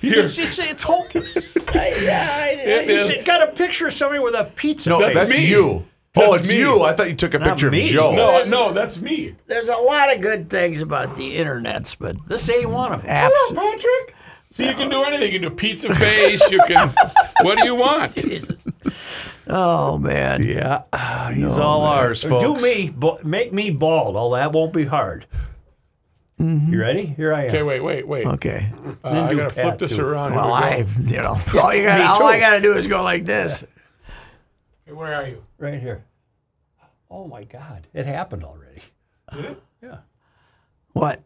Speaker 4: you
Speaker 3: it's just, it's hopeless.
Speaker 4: it
Speaker 3: It's
Speaker 4: is.
Speaker 3: got a picture of somebody with a pizza
Speaker 5: no,
Speaker 3: face.
Speaker 5: that's,
Speaker 4: me.
Speaker 5: you. oh,
Speaker 4: That's
Speaker 5: it's
Speaker 4: me.
Speaker 5: you. I thought you took a
Speaker 3: not
Speaker 5: picture of
Speaker 3: me.
Speaker 5: Joe.
Speaker 4: No, no, that's me.
Speaker 2: There's a lot of good things about the internets, but
Speaker 3: This ain't one of them.
Speaker 2: apps.
Speaker 4: Patrick. So you can do anything. You can do pizza face. You can. what do you want?
Speaker 2: Oh man.
Speaker 5: Yeah, ah, he's all ours,
Speaker 3: Do
Speaker 5: folks.
Speaker 3: me, ba- make me bald. All that won't be hard. Mm-hmm. You ready? Here I am.
Speaker 4: Okay, wait, wait, wait.
Speaker 2: Okay.
Speaker 4: Uh, I gotta flip
Speaker 3: Pat,
Speaker 4: this
Speaker 3: do-
Speaker 4: around. Here
Speaker 2: Well,
Speaker 4: we go.
Speaker 2: I, you know, all, you gotta,
Speaker 3: me
Speaker 2: all I
Speaker 3: too.
Speaker 2: got to do is go like this.
Speaker 4: Hey, where are you?
Speaker 3: Right here. Oh my God! It happened already. Yeah.
Speaker 2: What?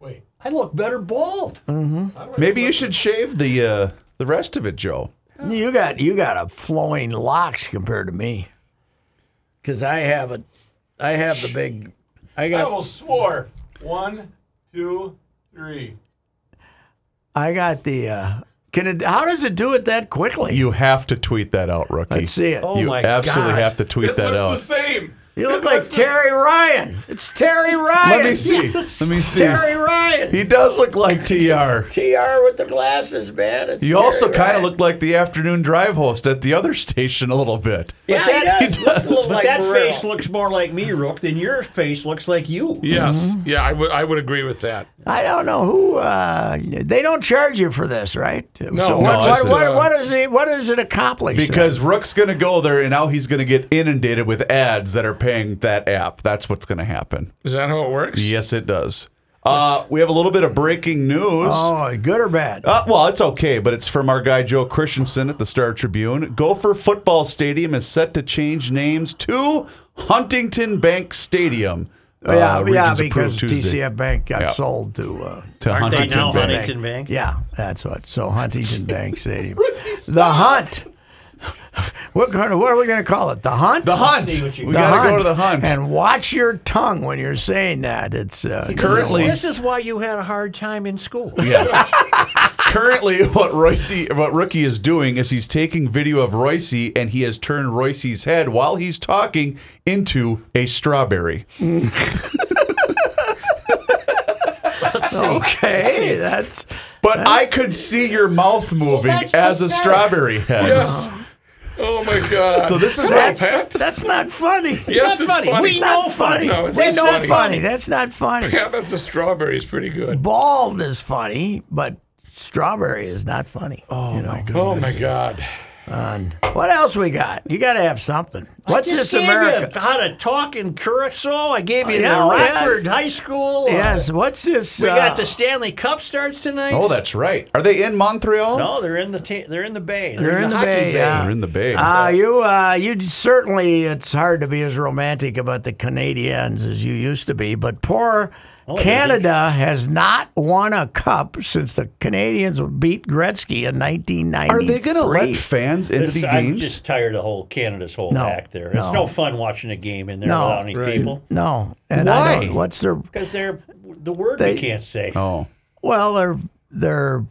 Speaker 4: Wait.
Speaker 3: I look better bald.
Speaker 5: Mm-hmm. Maybe you should shave the uh, the rest of it, Joe.
Speaker 2: You got you got a flowing locks compared to me. Cause I have a, I have the big, I
Speaker 4: I
Speaker 2: got
Speaker 4: almost swore. One, two, three.
Speaker 2: I got the. Uh, can it? How does it do it that quickly?
Speaker 5: You have to tweet that out, rookie.
Speaker 2: Let's see it.
Speaker 3: Oh
Speaker 5: you
Speaker 3: my
Speaker 5: absolutely
Speaker 3: God.
Speaker 5: have to tweet
Speaker 4: It
Speaker 5: that
Speaker 4: looks
Speaker 5: out.
Speaker 4: the same.
Speaker 2: you
Speaker 4: It
Speaker 2: look like
Speaker 4: looks the
Speaker 2: Terry Ryan. It's Terry Ryan.
Speaker 5: Let me see. Let me see.
Speaker 2: Terry Ryan.
Speaker 5: He does look like TR.
Speaker 2: Tr with the glasses, man. It's
Speaker 5: You
Speaker 2: Terry
Speaker 5: also kind
Speaker 2: Ryan.
Speaker 5: of look like the afternoon drive host at the other station a little bit.
Speaker 2: Yeah,
Speaker 3: that-
Speaker 2: he does. Looks a little
Speaker 3: But
Speaker 2: like
Speaker 3: that
Speaker 2: Burrell.
Speaker 3: face Oh, looks more like me, Rook, than your face looks like you.
Speaker 4: Yes. Yeah, I would. I would agree with that.
Speaker 2: I don't know who. Uh, they don't charge you for this, right? No. So what,
Speaker 5: No, it's
Speaker 2: what, what,
Speaker 4: the-
Speaker 2: what, does it, what does it accomplish? then?
Speaker 5: Because Rook's going to go there and now he's going to get inundated with ads that are paying that app. That's what's going to happen.
Speaker 4: Is that how it works?
Speaker 5: Yes, it does. Uh, we have a little bit of breaking news.
Speaker 2: oh, good or bad?
Speaker 5: Uh, well, it's okay, but it's from our guy Joe Christensen at the Star Tribune. Gopher Football Stadium is set to change names to Huntington Bank Stadium. Uh,
Speaker 2: yeah, yeah,
Speaker 5: Regions
Speaker 2: because
Speaker 5: approved Tuesday.
Speaker 2: TCF Bank got
Speaker 5: Yeah.
Speaker 2: sold to. Uh,
Speaker 5: to
Speaker 3: Aren't they
Speaker 5: Huntington
Speaker 3: now
Speaker 5: Bank.
Speaker 3: Huntington Bank?
Speaker 2: yeah, that's what. So Huntington Bank Stadium, the Hunt. What kind of, What are we going to call it? The Hunt.
Speaker 5: The Hunt.
Speaker 3: see what you
Speaker 5: We
Speaker 2: The
Speaker 5: got to go to the Hunt.
Speaker 2: And watch your tongue when you're saying that. It's uh,
Speaker 5: Currently-
Speaker 3: this is why you had a hard time in school.
Speaker 5: Yeah. Currently, what Royce, what Rookie is doing is he's taking video of Royce and he has turned Royce's head while he's talking into a strawberry.
Speaker 2: okay. That's
Speaker 5: But I could see your mouth moving
Speaker 3: that's
Speaker 5: as a
Speaker 3: pathetic.
Speaker 5: strawberry head.
Speaker 4: Yes. Oh my God.
Speaker 5: So this is
Speaker 2: that's
Speaker 5: what
Speaker 2: that's not funny.
Speaker 4: yes,
Speaker 3: not funny.
Speaker 4: funny.
Speaker 3: We
Speaker 2: It's not
Speaker 3: know
Speaker 2: funny.
Speaker 3: funny.
Speaker 4: No, it's
Speaker 2: we
Speaker 4: not
Speaker 2: know
Speaker 4: funny.
Speaker 2: funny. That's not funny.
Speaker 4: Yeah, that's the strawberry is pretty good.
Speaker 2: Bald is funny, but strawberry is not funny. Oh you know? my
Speaker 4: Oh my God.
Speaker 2: What else we got? You got to have something. What's
Speaker 3: I just
Speaker 2: this
Speaker 3: gave
Speaker 2: America?
Speaker 3: You how to talk in Curacao. I gave you
Speaker 2: Yeah,
Speaker 3: the
Speaker 2: we had-
Speaker 3: Rockford High School. uh,
Speaker 2: Yes. What's this?
Speaker 3: we
Speaker 2: uh,
Speaker 3: got the Stanley Cup starts tonight.
Speaker 5: Oh, that's right. Are they in Montreal?
Speaker 3: No, they're in the ta- they're in the bay. They're,
Speaker 2: They're in the
Speaker 3: hockey
Speaker 2: bay, yeah.
Speaker 5: They're in the Bay.
Speaker 2: Uh, you, uh, you certainly, it's hard to be as romantic about the Canadians as you used to be, but poor Canada has not won a cup since the Canadians beat Gretzky in 1993.
Speaker 5: Are they going to let fans into
Speaker 3: This-
Speaker 5: the
Speaker 3: I'm
Speaker 5: games?
Speaker 3: just tired of whole Canada's whole
Speaker 2: No,
Speaker 3: act there. It's
Speaker 2: no.
Speaker 3: no. fun watching a game in there
Speaker 2: No.
Speaker 3: without any people
Speaker 2: No. And I
Speaker 5: Why?
Speaker 2: don't, what's their
Speaker 3: because they're the word
Speaker 2: They-
Speaker 3: we can't say.
Speaker 5: oh.
Speaker 2: Well, their their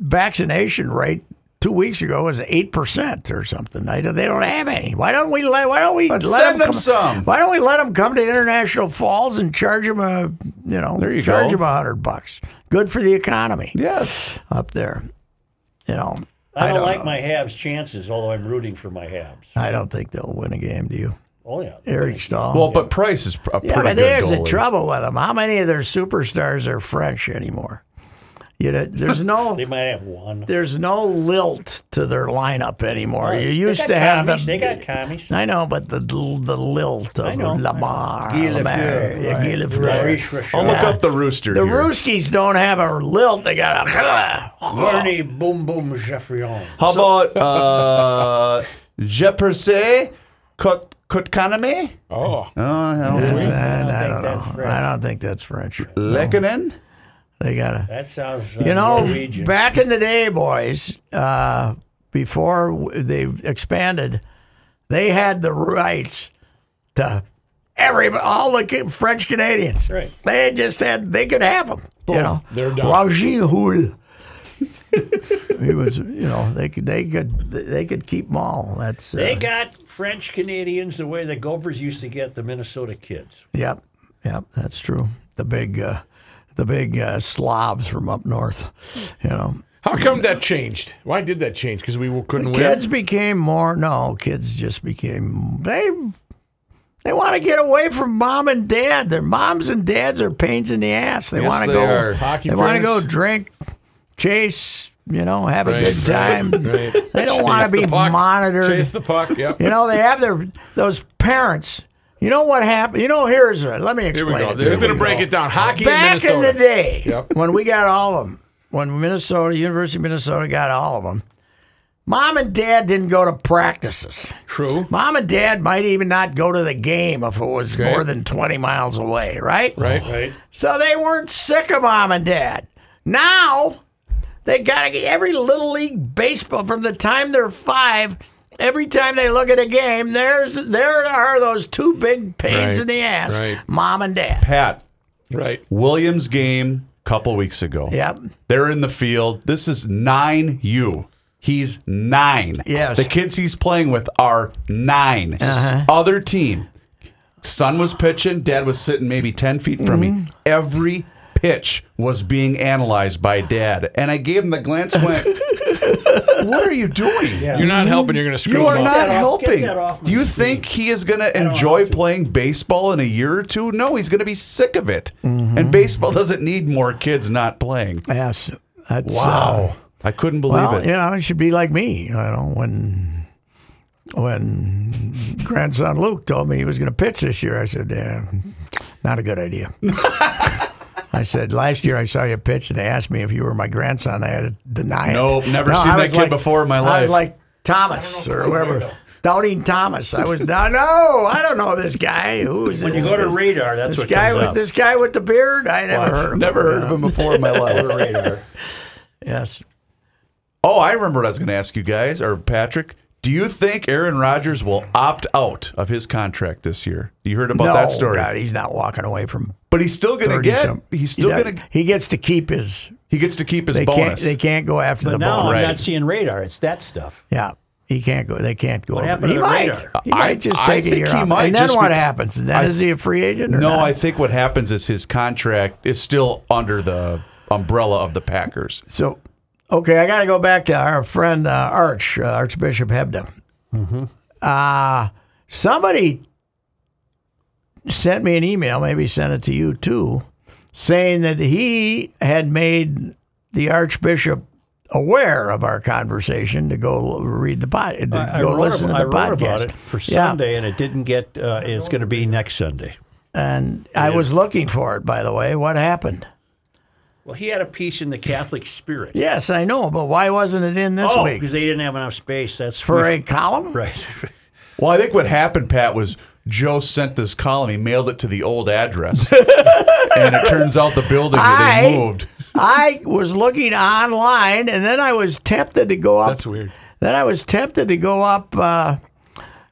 Speaker 2: vaccination rate two weeks ago was eight percent or something. I don't, they don't have any. Why don't we let? Why don't we
Speaker 5: Let's
Speaker 2: let
Speaker 5: send them
Speaker 2: come,
Speaker 5: some.
Speaker 2: Why don't we let them come to International Falls and charge them a you know
Speaker 5: There you
Speaker 2: charge
Speaker 5: go.
Speaker 2: them a hundred bucks? Good for the economy
Speaker 5: Yes.
Speaker 2: up there. You know,
Speaker 3: I don't, like
Speaker 2: know.
Speaker 3: my Habs chances, although I'm rooting for my Habs.
Speaker 2: I don't think they'll win a game. Do you,
Speaker 3: Oh yeah,
Speaker 2: Eric Stahl?
Speaker 5: Well, but Price is a pretty
Speaker 2: Oh, yeah, but
Speaker 5: good
Speaker 2: there's
Speaker 5: goalie.
Speaker 2: the trouble with them. How many of their superstars are French anymore? You know, there's no.
Speaker 3: they might have one.
Speaker 2: there's no lilt to their lineup anymore. you used
Speaker 3: they got
Speaker 2: to have
Speaker 3: commies.
Speaker 2: them.
Speaker 3: They got commies.
Speaker 2: I know, but the the lilt of
Speaker 3: know.
Speaker 2: Lamar,
Speaker 3: Guy Lafleur,
Speaker 2: Lamar, yeah, Guy Lafleur.
Speaker 3: Maurice
Speaker 5: I'll
Speaker 3: Richard.
Speaker 5: look
Speaker 2: Yeah.
Speaker 5: up the rooster.
Speaker 2: The
Speaker 5: here.
Speaker 2: Rooskies don't have a lilt. They got a.
Speaker 3: Bernie Boom Boom Jeffrion.
Speaker 5: How about uh, Jeperse Kot Kotkaname?
Speaker 4: Oh.
Speaker 5: Oh, I don't think so.
Speaker 2: And
Speaker 3: I
Speaker 2: I don't
Speaker 3: don't think that's
Speaker 2: know.
Speaker 3: French.
Speaker 2: I don't think that's French.
Speaker 5: Lekkonen?
Speaker 2: They got a.
Speaker 3: That sounds uh,
Speaker 2: You know,
Speaker 3: Norwegian.
Speaker 2: back in the day, boys, uh, before w- they expanded, they had the rights to every all the Ca- French Canadians.
Speaker 3: Right.
Speaker 2: They just had they could have them. you know,
Speaker 4: they're done.
Speaker 2: Roger Houle. he was, you know, they could they could they could keep them all. That's uh,
Speaker 3: They got French Canadians the way the Gophers used to get the Minnesota kids.
Speaker 2: yep, yep, that's true. The big. Uh, the big uh, Slavs from up north, you know.
Speaker 4: How come that changed? Why did that change? Because we couldn't win.
Speaker 2: Kids became more no. Kids just became they They want to get away from mom and dad. Their moms and dads are pains in the ass. They
Speaker 5: Yes,
Speaker 2: want to
Speaker 5: they
Speaker 2: go.
Speaker 5: are.
Speaker 4: Hockey
Speaker 2: they want to
Speaker 4: parents.
Speaker 2: go drink, chase. You know, have a good time.
Speaker 4: right.
Speaker 2: They don't want
Speaker 4: Chase
Speaker 2: to be
Speaker 4: the puck.
Speaker 2: monitored.
Speaker 4: Chase the puck. Yep.
Speaker 2: You know, they have their those parents. You know what happened? You know, here's a, let me
Speaker 4: Here we
Speaker 2: explain. it
Speaker 4: go.
Speaker 2: to
Speaker 4: They're
Speaker 2: you.
Speaker 4: going to break it down. Hockey
Speaker 2: Back in,
Speaker 4: in
Speaker 2: the
Speaker 4: Minnesota.
Speaker 2: day,
Speaker 4: Yep.
Speaker 2: when we got all of them, when Minnesota University of Minnesota got all of them, mom and dad didn't go to practices.
Speaker 4: True.
Speaker 2: Mom and dad might even not go to the game if it was
Speaker 4: Okay.
Speaker 2: more than 20 miles away, right?
Speaker 4: Right.
Speaker 3: Right.
Speaker 2: So they weren't sick of mom and dad. Now they got to get every little league baseball from the time they're five. Every time they look at a game, there's there are those two big pains
Speaker 4: Right,
Speaker 2: in the ass,
Speaker 4: right.
Speaker 2: mom and dad.
Speaker 5: Pat
Speaker 4: Right.
Speaker 5: Williams game couple weeks ago.
Speaker 2: Yep.
Speaker 5: They're in the field. This is nine U. He's nine.
Speaker 2: Yes. Uh-huh.
Speaker 5: The kids he's playing with are 9 Other team. Son was pitching. Dad was sitting maybe 10 feet from
Speaker 2: Mm-hmm.
Speaker 5: me. Every pitch was being analyzed by dad. And I gave him the glance, went, What are you doing?
Speaker 4: You're not helping. You're going to screw
Speaker 5: You
Speaker 4: them
Speaker 5: are
Speaker 4: up.
Speaker 5: not
Speaker 3: that off- get
Speaker 5: helping.
Speaker 3: that off my
Speaker 5: Do you think he is going to enjoy playing baseball in a year or two? No, he's going to be sick of it.
Speaker 2: Mm-hmm.
Speaker 5: And baseball doesn't need more kids not playing.
Speaker 2: Yes. That's,
Speaker 4: uh,
Speaker 5: Wow. I couldn't believe
Speaker 2: Well,
Speaker 5: it.
Speaker 2: you know, it should be like me. You know, when when grandson Luke told me he was going to pitch this year, I said, "Yeah, not a good idea." I said, "Last year I saw you pitch, and they asked me if you were my grandson. I had to deny
Speaker 5: Nope,
Speaker 2: it.
Speaker 5: never seen
Speaker 2: I
Speaker 5: that
Speaker 2: was
Speaker 5: kid before in my
Speaker 2: I
Speaker 5: life.
Speaker 2: was like Thomas or whoever." Doubting Thomas. I was down. No, I don't know this guy. Who is
Speaker 3: When you
Speaker 2: this?
Speaker 3: go to radar, that's
Speaker 2: this
Speaker 3: what
Speaker 2: guy
Speaker 3: comes
Speaker 2: with
Speaker 3: up.
Speaker 2: this guy with the beard? I never heard of him.
Speaker 5: Never heard of him before in my life.
Speaker 3: radar.
Speaker 2: Yes.
Speaker 5: Oh, I remember what I was going to ask you guys, or Patrick. Do you think Aaron Rodgers will opt out of his contract this year? You heard about
Speaker 2: no,
Speaker 5: that story.
Speaker 2: God, he's not walking away from
Speaker 5: But he's still going to
Speaker 2: 30
Speaker 5: get.
Speaker 2: something.
Speaker 5: He's still
Speaker 2: He
Speaker 5: going to.
Speaker 2: does- He gets to keep his.
Speaker 5: He gets to keep his
Speaker 2: They can't.
Speaker 5: bonus.
Speaker 2: They can't go after the
Speaker 3: Now
Speaker 2: bonus.
Speaker 3: I'm not seeing radar. It's that stuff.
Speaker 2: Yeah, he can't go. They can't go. over-
Speaker 3: happened
Speaker 2: he
Speaker 3: to the
Speaker 2: might.
Speaker 3: radar?
Speaker 2: He
Speaker 5: I-
Speaker 2: might just
Speaker 5: I
Speaker 2: take
Speaker 5: think
Speaker 2: a year
Speaker 5: he
Speaker 2: off.
Speaker 5: might
Speaker 2: and then
Speaker 5: just
Speaker 2: what
Speaker 5: be-
Speaker 2: happens? And then
Speaker 5: I-
Speaker 2: is he a free agent? Or
Speaker 5: No,
Speaker 2: not?
Speaker 5: I think what happens is his contract is still under the umbrella of the Packers.
Speaker 2: So, okay, I got to go back to our friend uh, Arch, uh, Archbishop Hebden.
Speaker 3: Mm-hmm.
Speaker 2: Uh, somebody sent me an email, maybe sent it to you too, saying that he had made the Archbishop aware of our conversation to go read the pod, to
Speaker 3: I, I
Speaker 2: go
Speaker 3: wrote,
Speaker 2: listen to
Speaker 3: about, I
Speaker 2: the
Speaker 3: wrote
Speaker 2: podcast
Speaker 3: about it for
Speaker 2: Yeah.
Speaker 3: Sunday, and it didn't get. Uh, it's going to be next Sunday.
Speaker 2: And I was looking for it, by the way. What happened?
Speaker 3: Well, he had a piece in the Catholic spirit.
Speaker 2: Yes, I know, but why wasn't it in this
Speaker 3: oh,
Speaker 2: week
Speaker 3: because they didn't have enough space. That's
Speaker 2: for a column?
Speaker 3: right.
Speaker 5: Well, I think what happened, Pat, was Joe sent this column. He mailed it to the old address, and it turns out the building that
Speaker 2: I,
Speaker 5: they moved.
Speaker 2: I was looking online, and then I was tempted to go up.
Speaker 4: That's weird.
Speaker 2: Then I was tempted to go up uh,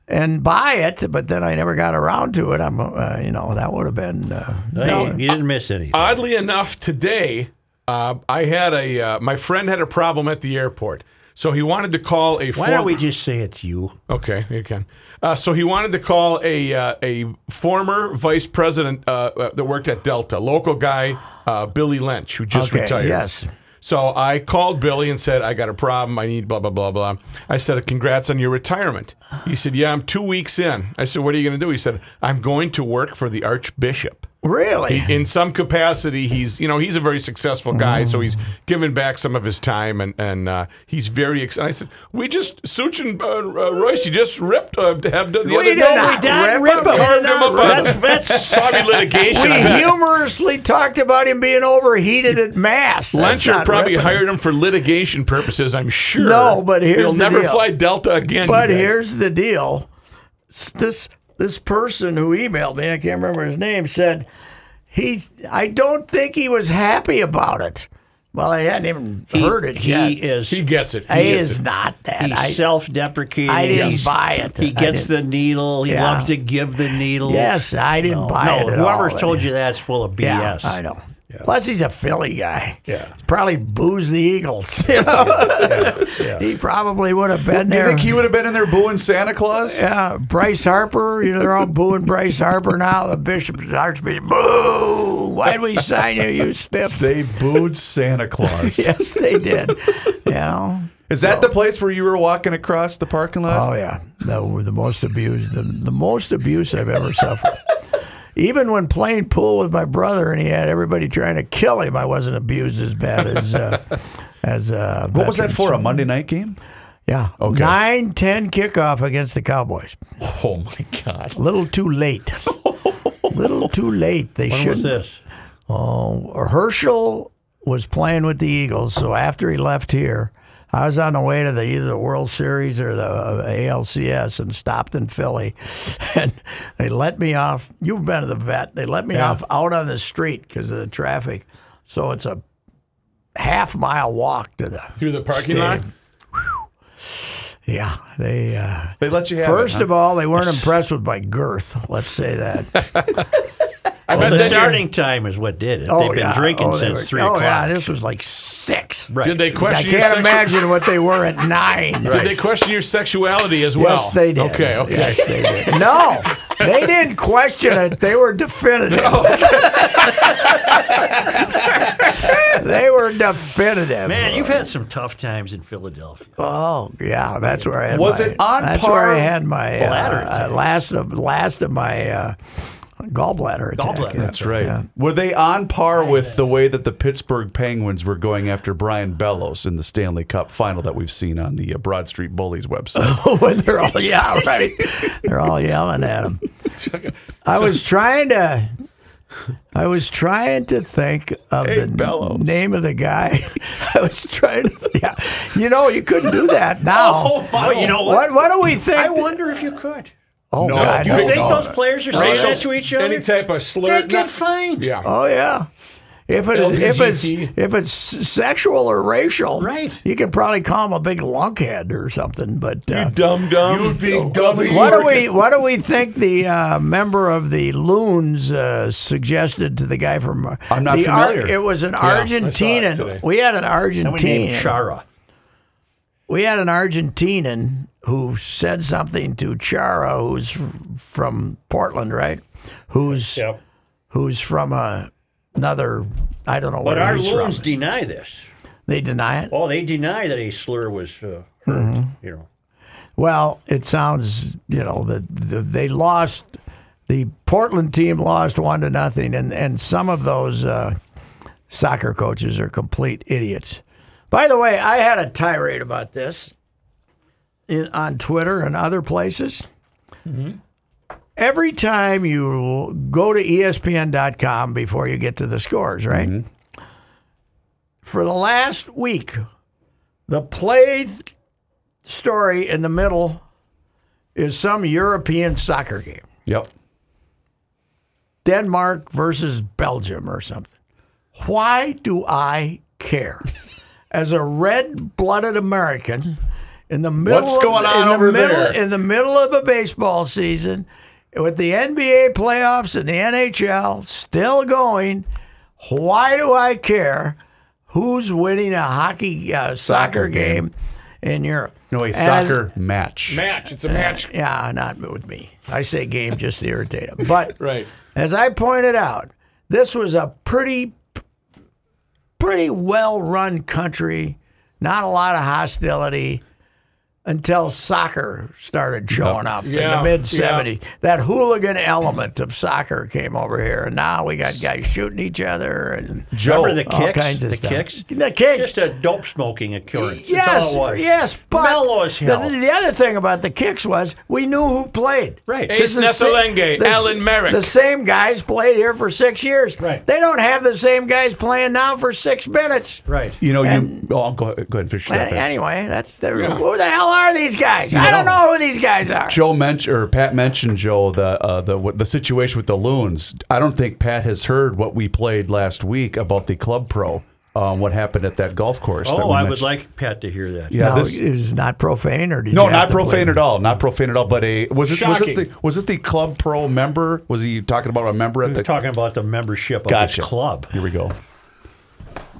Speaker 2: and buy it, but then I never got around to it. I'm, uh, you know, that would have been. Uh,
Speaker 3: No, you didn't miss anything.
Speaker 4: Oddly enough, today uh, I had a uh, my friend had a problem at the airport, so he wanted to call a.
Speaker 3: Why
Speaker 4: form-
Speaker 3: don't we just say it's you?
Speaker 4: Okay, you can. Uh, so he wanted to call a uh, a former vice president uh, uh, that worked at Delta, local guy, uh, Billy Lynch, who just
Speaker 2: Okay,
Speaker 4: retired.
Speaker 2: yes.
Speaker 4: So I called Billy and said, I got a problem. I need blah, blah, blah, blah. I said, Congrats on your retirement. He said, Yeah, I'm two weeks in. I said, What are you going to do? He said, I'm going to work for the Archbishop.
Speaker 2: really?
Speaker 4: He- in some capacity, he's you know he's a very successful guy, so
Speaker 2: Mm.
Speaker 4: he's given back some of his time, and and uh, he's very excited. I said, we just Such and uh, uh, Royce, you just ripped uh, have done the
Speaker 2: We
Speaker 4: other
Speaker 2: did
Speaker 4: day.
Speaker 2: not
Speaker 4: we did
Speaker 2: rip him.
Speaker 4: Carved him up.
Speaker 3: That's
Speaker 4: on-
Speaker 3: that's
Speaker 4: probably litigation.
Speaker 2: we
Speaker 4: I bet.
Speaker 2: humorously talked about him being overheated at mass. That's
Speaker 4: Lencher
Speaker 2: not
Speaker 4: probably
Speaker 2: ripping him.
Speaker 4: hired him for litigation purposes. I'm sure.
Speaker 2: No, but here's
Speaker 4: he'll
Speaker 2: the
Speaker 4: never
Speaker 2: deal.
Speaker 4: fly Delta again. you
Speaker 2: But
Speaker 4: guys.
Speaker 2: here's the deal: S- this this person who emailed me, I can't remember his name, said he. I don't think he was happy about it. Well, I hadn't even heard it
Speaker 3: he
Speaker 2: yet.
Speaker 3: is
Speaker 4: he gets it. He
Speaker 2: he
Speaker 4: gets
Speaker 2: is
Speaker 4: it.
Speaker 2: not that.
Speaker 3: he's
Speaker 2: I,
Speaker 3: self-deprecating.
Speaker 2: I didn't
Speaker 3: He's-
Speaker 2: buy it.
Speaker 3: He
Speaker 2: I
Speaker 3: gets the needle. He
Speaker 2: Yeah.
Speaker 3: loves to give the needle.
Speaker 2: yes, I didn't buy
Speaker 3: no,
Speaker 2: it. At
Speaker 3: whoever's
Speaker 2: all.
Speaker 3: told you that's full of BS.
Speaker 2: yeah, I know. Plus, he's a Philly guy. Yeah, probably boos the Eagles. You know? he probably would have been
Speaker 5: Do you
Speaker 2: there.
Speaker 5: think he would have been in there booing Santa Claus?
Speaker 2: Yeah, Bryce Harper. You know they're all booing Bryce Harper now. The bishop, the archbishop, boo! Why'd we sign you, you stiff?
Speaker 5: They booed Santa Claus.
Speaker 2: Yes, they did. You know,
Speaker 5: Is that the place where you were walking across the parking lot?
Speaker 2: Oh yeah, that were the most abused, the, the most abuse I've ever suffered. Even when playing pool with my brother and he had everybody trying to kill him, I wasn't abused as bad as uh, as. Uh,
Speaker 5: what was that for? A Monday night game?
Speaker 2: Yeah,
Speaker 5: Okay.
Speaker 2: nine ten kickoff against the Cowboys.
Speaker 5: Oh my god!
Speaker 2: A little too late. little too late. They
Speaker 3: When was
Speaker 2: should.
Speaker 3: this?
Speaker 2: Oh, Herschel was playing with the Eagles, so after he left here, I was on the way to the either the World Series or the uh, ALCS and stopped in Philly, and they let me off. You've been to the vet. They let me off out on the street because of the traffic, so it's a half mile walk to the
Speaker 4: Through the parking lot?
Speaker 2: yeah they. Uh,
Speaker 5: They let you have
Speaker 2: First
Speaker 5: it, huh?
Speaker 2: of all, they weren't impressed with my girth. Let's say that.
Speaker 4: I
Speaker 3: Well,
Speaker 4: bet
Speaker 3: the
Speaker 4: they-
Speaker 3: starting time is what did it. They've been drinking
Speaker 2: Oh, they
Speaker 3: since
Speaker 2: were-
Speaker 3: three
Speaker 2: oh,
Speaker 3: o'clock.
Speaker 2: yeah, this was like six.
Speaker 3: Right.
Speaker 4: Did they
Speaker 2: I
Speaker 4: question your
Speaker 2: can't
Speaker 4: sexual-
Speaker 2: imagine what they were at nine.
Speaker 4: Did they question your sexuality as well?
Speaker 2: Yes, they did.
Speaker 4: Okay, okay.
Speaker 2: Yes, they did. No, they didn't question it. They were definitive. they were definitive.
Speaker 3: Man, you've had some tough times in Philadelphia.
Speaker 2: Oh yeah, that's where I had.
Speaker 5: Was
Speaker 2: my-
Speaker 5: it on
Speaker 2: That's
Speaker 5: par-
Speaker 2: where I had my uh,
Speaker 3: Bladder
Speaker 2: uh, last of last of my uh, gallbladder attack.
Speaker 3: Gallbladder.
Speaker 2: yeah.
Speaker 5: That's right. Were they on par with the way that the Pittsburgh Penguins were going after Brian Bellows in the Stanley Cup final that we've seen on the uh, Broad Street Bullies website?
Speaker 2: when they're all yeah right they're all yelling at him i was trying to i was trying to think of
Speaker 5: Hey,
Speaker 2: the
Speaker 5: Bellows.
Speaker 2: name of the guy i was trying to yeah you know you couldn't do that now
Speaker 3: Well, Oh, you know
Speaker 2: what
Speaker 3: what?
Speaker 2: what do we think
Speaker 3: I wonder if you could.
Speaker 2: oh
Speaker 5: No,
Speaker 2: God,
Speaker 5: you
Speaker 3: You
Speaker 2: no,
Speaker 3: think
Speaker 2: no.
Speaker 3: those players are saying that to each other?
Speaker 4: Any type of slur?
Speaker 3: They'd get
Speaker 4: not-
Speaker 3: fined.
Speaker 4: Yeah.
Speaker 2: oh yeah if, it, if it's
Speaker 4: LGBT.
Speaker 2: if it's sexual or racial,
Speaker 3: Right.
Speaker 2: You could probably call him a big lunkhead or something. But uh,
Speaker 4: Dumb dumb.
Speaker 5: You'd be dummy.
Speaker 2: What do we What do we think the uh, member of the Loons uh, suggested to the guy from? uh,
Speaker 5: I'm not
Speaker 2: the Ar-
Speaker 5: familiar.
Speaker 2: it was an
Speaker 4: I saw it today.
Speaker 2: Argentinian. We had an
Speaker 3: Somebody named
Speaker 2: Argentinian.
Speaker 3: Chara.
Speaker 2: We had an Argentinian who said something to Chara, who's f- from Portland, right? Who's who's from uh another? I don't know
Speaker 3: But
Speaker 2: where
Speaker 3: our
Speaker 2: he's
Speaker 3: loons
Speaker 2: from.
Speaker 3: deny this.
Speaker 2: They deny it.
Speaker 3: Oh, they deny that a slur was uh, hurt. You know.
Speaker 2: Well, it sounds you know that the, they lost. The Portland team lost one to nothing, and and some of those uh, soccer coaches are complete idiots. By the way, I had a tirade about this in, on Twitter and other places. Every time you go to E ESPN.com before you get to the scores, right? For the last week, the play story in the middle is some European soccer game.
Speaker 5: Yep.
Speaker 2: Denmark versus Belgium or something. Why do I care? As a red-blooded American, in the middle
Speaker 5: What's
Speaker 2: of-
Speaker 5: going on
Speaker 2: in the
Speaker 5: over
Speaker 2: middle-
Speaker 5: there?
Speaker 2: in the middle of a baseball season, with the NBA playoffs and the NHL still going, why do I care who's winning a hockey uh, soccer, game. in Europe?
Speaker 5: No, a
Speaker 2: And as-
Speaker 5: soccer match.
Speaker 4: Match. It's a match.
Speaker 2: yeah, not with me. I say game just to irritate him. But
Speaker 4: Right.
Speaker 2: as I pointed out, this was a pretty, pretty well-run country. Not a lot of hostility until soccer started showing up in
Speaker 4: Yeah,
Speaker 2: the mid '70s. That hooligan element of soccer came over here, and now we got guys shooting each other and
Speaker 5: Joe.
Speaker 3: Remember the
Speaker 2: all
Speaker 3: kicks?
Speaker 2: kinds of
Speaker 3: the
Speaker 2: stuff.
Speaker 3: kicks?
Speaker 2: The kicks.
Speaker 3: Just a dope smoking occurrence. That's
Speaker 2: Yes,
Speaker 3: all it was.
Speaker 2: yes, but
Speaker 3: Mellow as hell.
Speaker 2: The, the other thing about the kicks was we knew who played.
Speaker 3: Right.
Speaker 2: This
Speaker 4: Ace
Speaker 2: is the-
Speaker 4: Nesselenge,
Speaker 2: this-
Speaker 4: Alan Merrick.
Speaker 2: The same guys played here for six years.
Speaker 3: Right.
Speaker 2: They don't have the same guys playing now for six minutes.
Speaker 3: right.
Speaker 5: You know, you. Oh, I'll go ahead, go ahead and finish
Speaker 2: An-
Speaker 5: that. back.
Speaker 2: anyway, that's the, who the hell are these guys? I don't know who these guys are.
Speaker 5: Joe mentioned, or Pat mentioned, Joe, the uh, the what- the situation with the loons. I don't think Pat has heard what we played last week about the club pro. Um, what happened at that golf course? that
Speaker 3: Oh,
Speaker 5: we
Speaker 3: I would
Speaker 5: mentioned.
Speaker 3: like Pat to hear that.
Speaker 5: Yeah,
Speaker 2: no,
Speaker 5: this,
Speaker 2: it was not profane, or did
Speaker 5: No,
Speaker 2: you have
Speaker 5: not
Speaker 2: to
Speaker 5: profane
Speaker 2: believe-
Speaker 5: at all. Not profane at all. But a was this was this,
Speaker 4: Shocking.
Speaker 5: the, was this the club pro member? Was he talking about a member at
Speaker 3: We're
Speaker 5: the
Speaker 3: talking about the membership of
Speaker 5: Gotcha.
Speaker 3: this club.
Speaker 5: Here we go.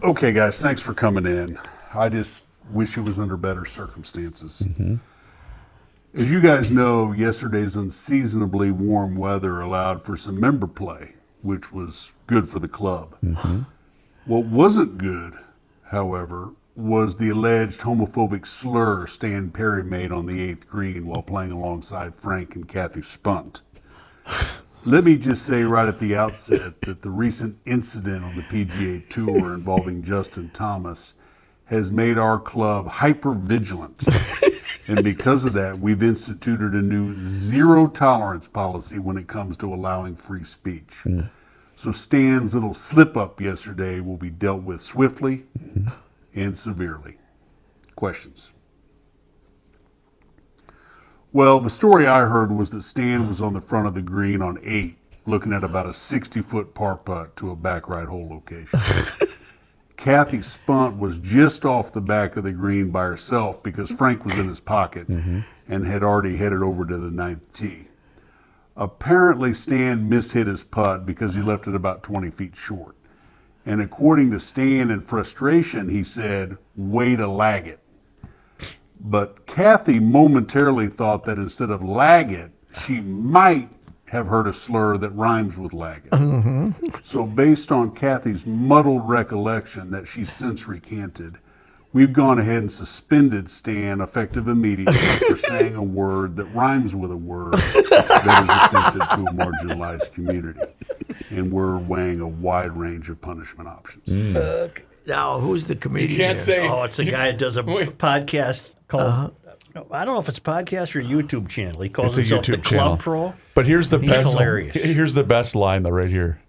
Speaker 6: Okay, guys, thanks for coming in. I just wish it was under better circumstances. As you guys know, yesterday's unseasonably warm weather allowed for some member play, which was good for the club. What wasn't good, however, was the alleged homophobic slur Stan Perry made on the eighth green while playing alongside Frank and Kathy Spunt. Let me just say right at the outset that the recent incident on the PGA Tour involving Justin Thomas has made our club hyper vigilant. and because of that, we've instituted a new zero tolerance policy when it comes to allowing free speech. So Stan's little slip up yesterday will be dealt with swiftly and severely. Questions? Well, the story I heard was that Stan was on the front of the green on eight, looking at about a 60 foot par putt to a back right hole location. Kathy Spunt was just off the back of the green by herself because Frank was in his pocket and had already headed over to the ninth tee. Apparently, Stan mishit his putt because he left it about 20 feet short. And according to Stan, in frustration, he said, Way to lag it. But Kathy momentarily thought that instead of lag it, she might have heard a slur that rhymes with lag it. So, based on Kathy's muddled recollection that she since recanted, we've gone ahead and suspended Stan effective immediately for saying a word that rhymes with a word that is offensive to a marginalized community. And we're weighing a wide range of punishment options.
Speaker 2: Now, who's the comedian?
Speaker 4: You can't
Speaker 2: here?
Speaker 4: say
Speaker 3: Oh, it's the guy that does a podcast called.
Speaker 2: Uh-huh.
Speaker 3: No, I don't know if it's a podcast or a YouTube channel. He calls
Speaker 5: It's a
Speaker 3: himself the
Speaker 5: YouTube channel.
Speaker 3: Club Pro.
Speaker 5: But here's the
Speaker 3: He's
Speaker 5: best.
Speaker 3: hilarious.
Speaker 5: Here's the best line though, right here.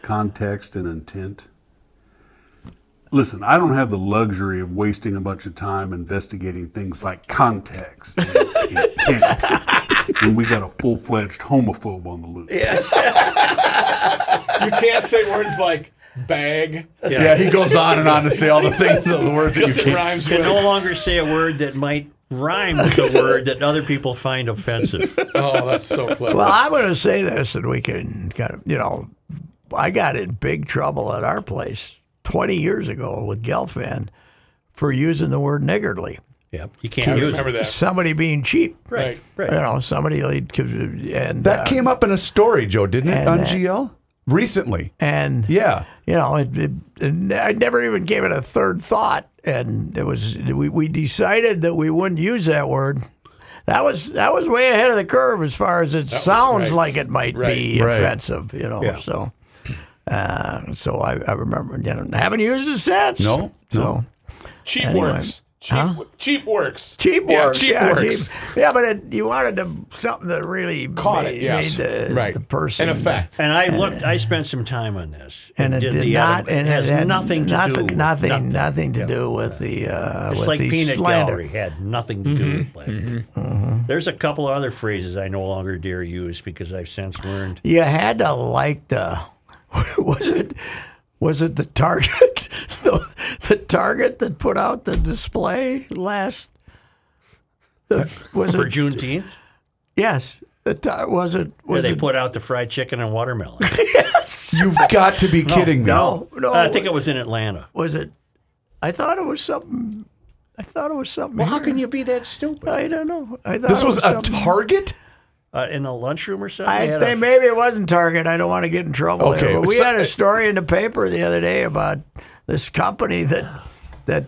Speaker 6: context and intent. Listen, I don't have the luxury of wasting a bunch of time investigating things like context and intent when we got a full fledged homophobe on the loose.
Speaker 4: you can't say words like bag.
Speaker 5: Yeah. he goes on and on to say all the things, the words that you
Speaker 4: Because it
Speaker 5: can't.
Speaker 4: rhymes
Speaker 3: Can
Speaker 4: with.
Speaker 3: no longer say a word that might rhyme with a word that other people find offensive.
Speaker 4: Oh, that's so clever.
Speaker 2: Well, I'm going to say this, and we can kind of, you know, I got in big trouble at our place 20 years ago with Gelfand for using the word niggardly.
Speaker 3: Yep, you can't use
Speaker 4: Remember
Speaker 3: it.
Speaker 4: that.
Speaker 2: Somebody being cheap.
Speaker 4: Right.
Speaker 2: You know, somebody, and,
Speaker 5: That
Speaker 2: uh,
Speaker 5: came up in a story, Joe, didn't it?
Speaker 2: and
Speaker 5: On
Speaker 2: that-
Speaker 5: GL recently.
Speaker 2: and
Speaker 5: Yeah.
Speaker 2: you know, it, it, and I never even gave it a third thought. And it was we, we decided that we wouldn't use that word. That was that was way ahead of the curve as far as it sounds
Speaker 4: right.
Speaker 2: like it might be
Speaker 5: Right.
Speaker 2: offensive. You know,
Speaker 3: Yeah.
Speaker 2: so uh, so I, I remember you know, haven't used it since.
Speaker 5: No,
Speaker 2: so.
Speaker 4: Cheap
Speaker 2: Anyway.
Speaker 4: works. Cheap, wo- cheap works.
Speaker 2: Cheap
Speaker 4: Yeah,
Speaker 2: works,
Speaker 4: cheap
Speaker 2: yeah,
Speaker 4: works.
Speaker 2: cheap. Yeah, but it, you wanted to, something that really
Speaker 4: Caught
Speaker 2: ma-
Speaker 4: it.
Speaker 2: made
Speaker 4: Yes.
Speaker 2: the,
Speaker 4: right.
Speaker 2: the person
Speaker 4: An effect.
Speaker 3: And I looked. I spent some time on this,
Speaker 2: and it
Speaker 3: did
Speaker 2: did,
Speaker 3: the
Speaker 2: not,
Speaker 3: other-
Speaker 2: and
Speaker 3: it has
Speaker 2: had
Speaker 3: nothing to
Speaker 2: nothing,
Speaker 3: do.
Speaker 2: nothing, nothing, to do with the uh,
Speaker 3: It's
Speaker 2: with
Speaker 3: like
Speaker 2: the
Speaker 3: peanut
Speaker 2: slander. Mm-hmm.
Speaker 3: gallery had nothing to do with it. There's a couple other phrases I no longer dare use because I've since learned.
Speaker 2: You had to like the was it was it the target the, the target that put out the display last the, was
Speaker 3: Uh, For
Speaker 2: it
Speaker 3: Juneteenth,
Speaker 2: yes the tar, was it
Speaker 3: where
Speaker 2: was
Speaker 3: they
Speaker 2: it
Speaker 3: put out the fried chicken and watermelon.
Speaker 5: You've got to be kidding me.
Speaker 2: no no
Speaker 3: I think it was in Atlanta.
Speaker 2: was it I thought it was something I thought it was something
Speaker 3: Well, how
Speaker 2: here.
Speaker 3: can you be that stupid?
Speaker 2: I don't know I thought
Speaker 5: This
Speaker 2: it
Speaker 5: was a
Speaker 2: something-
Speaker 5: target?
Speaker 3: Uh, in the lunchroom or something?
Speaker 2: I
Speaker 3: They had
Speaker 2: think
Speaker 3: a-
Speaker 2: maybe it wasn't Target. I don't want to get in trouble.
Speaker 5: Okay,
Speaker 2: there, but we
Speaker 5: so-
Speaker 2: had a story in the paper the other day about this company that that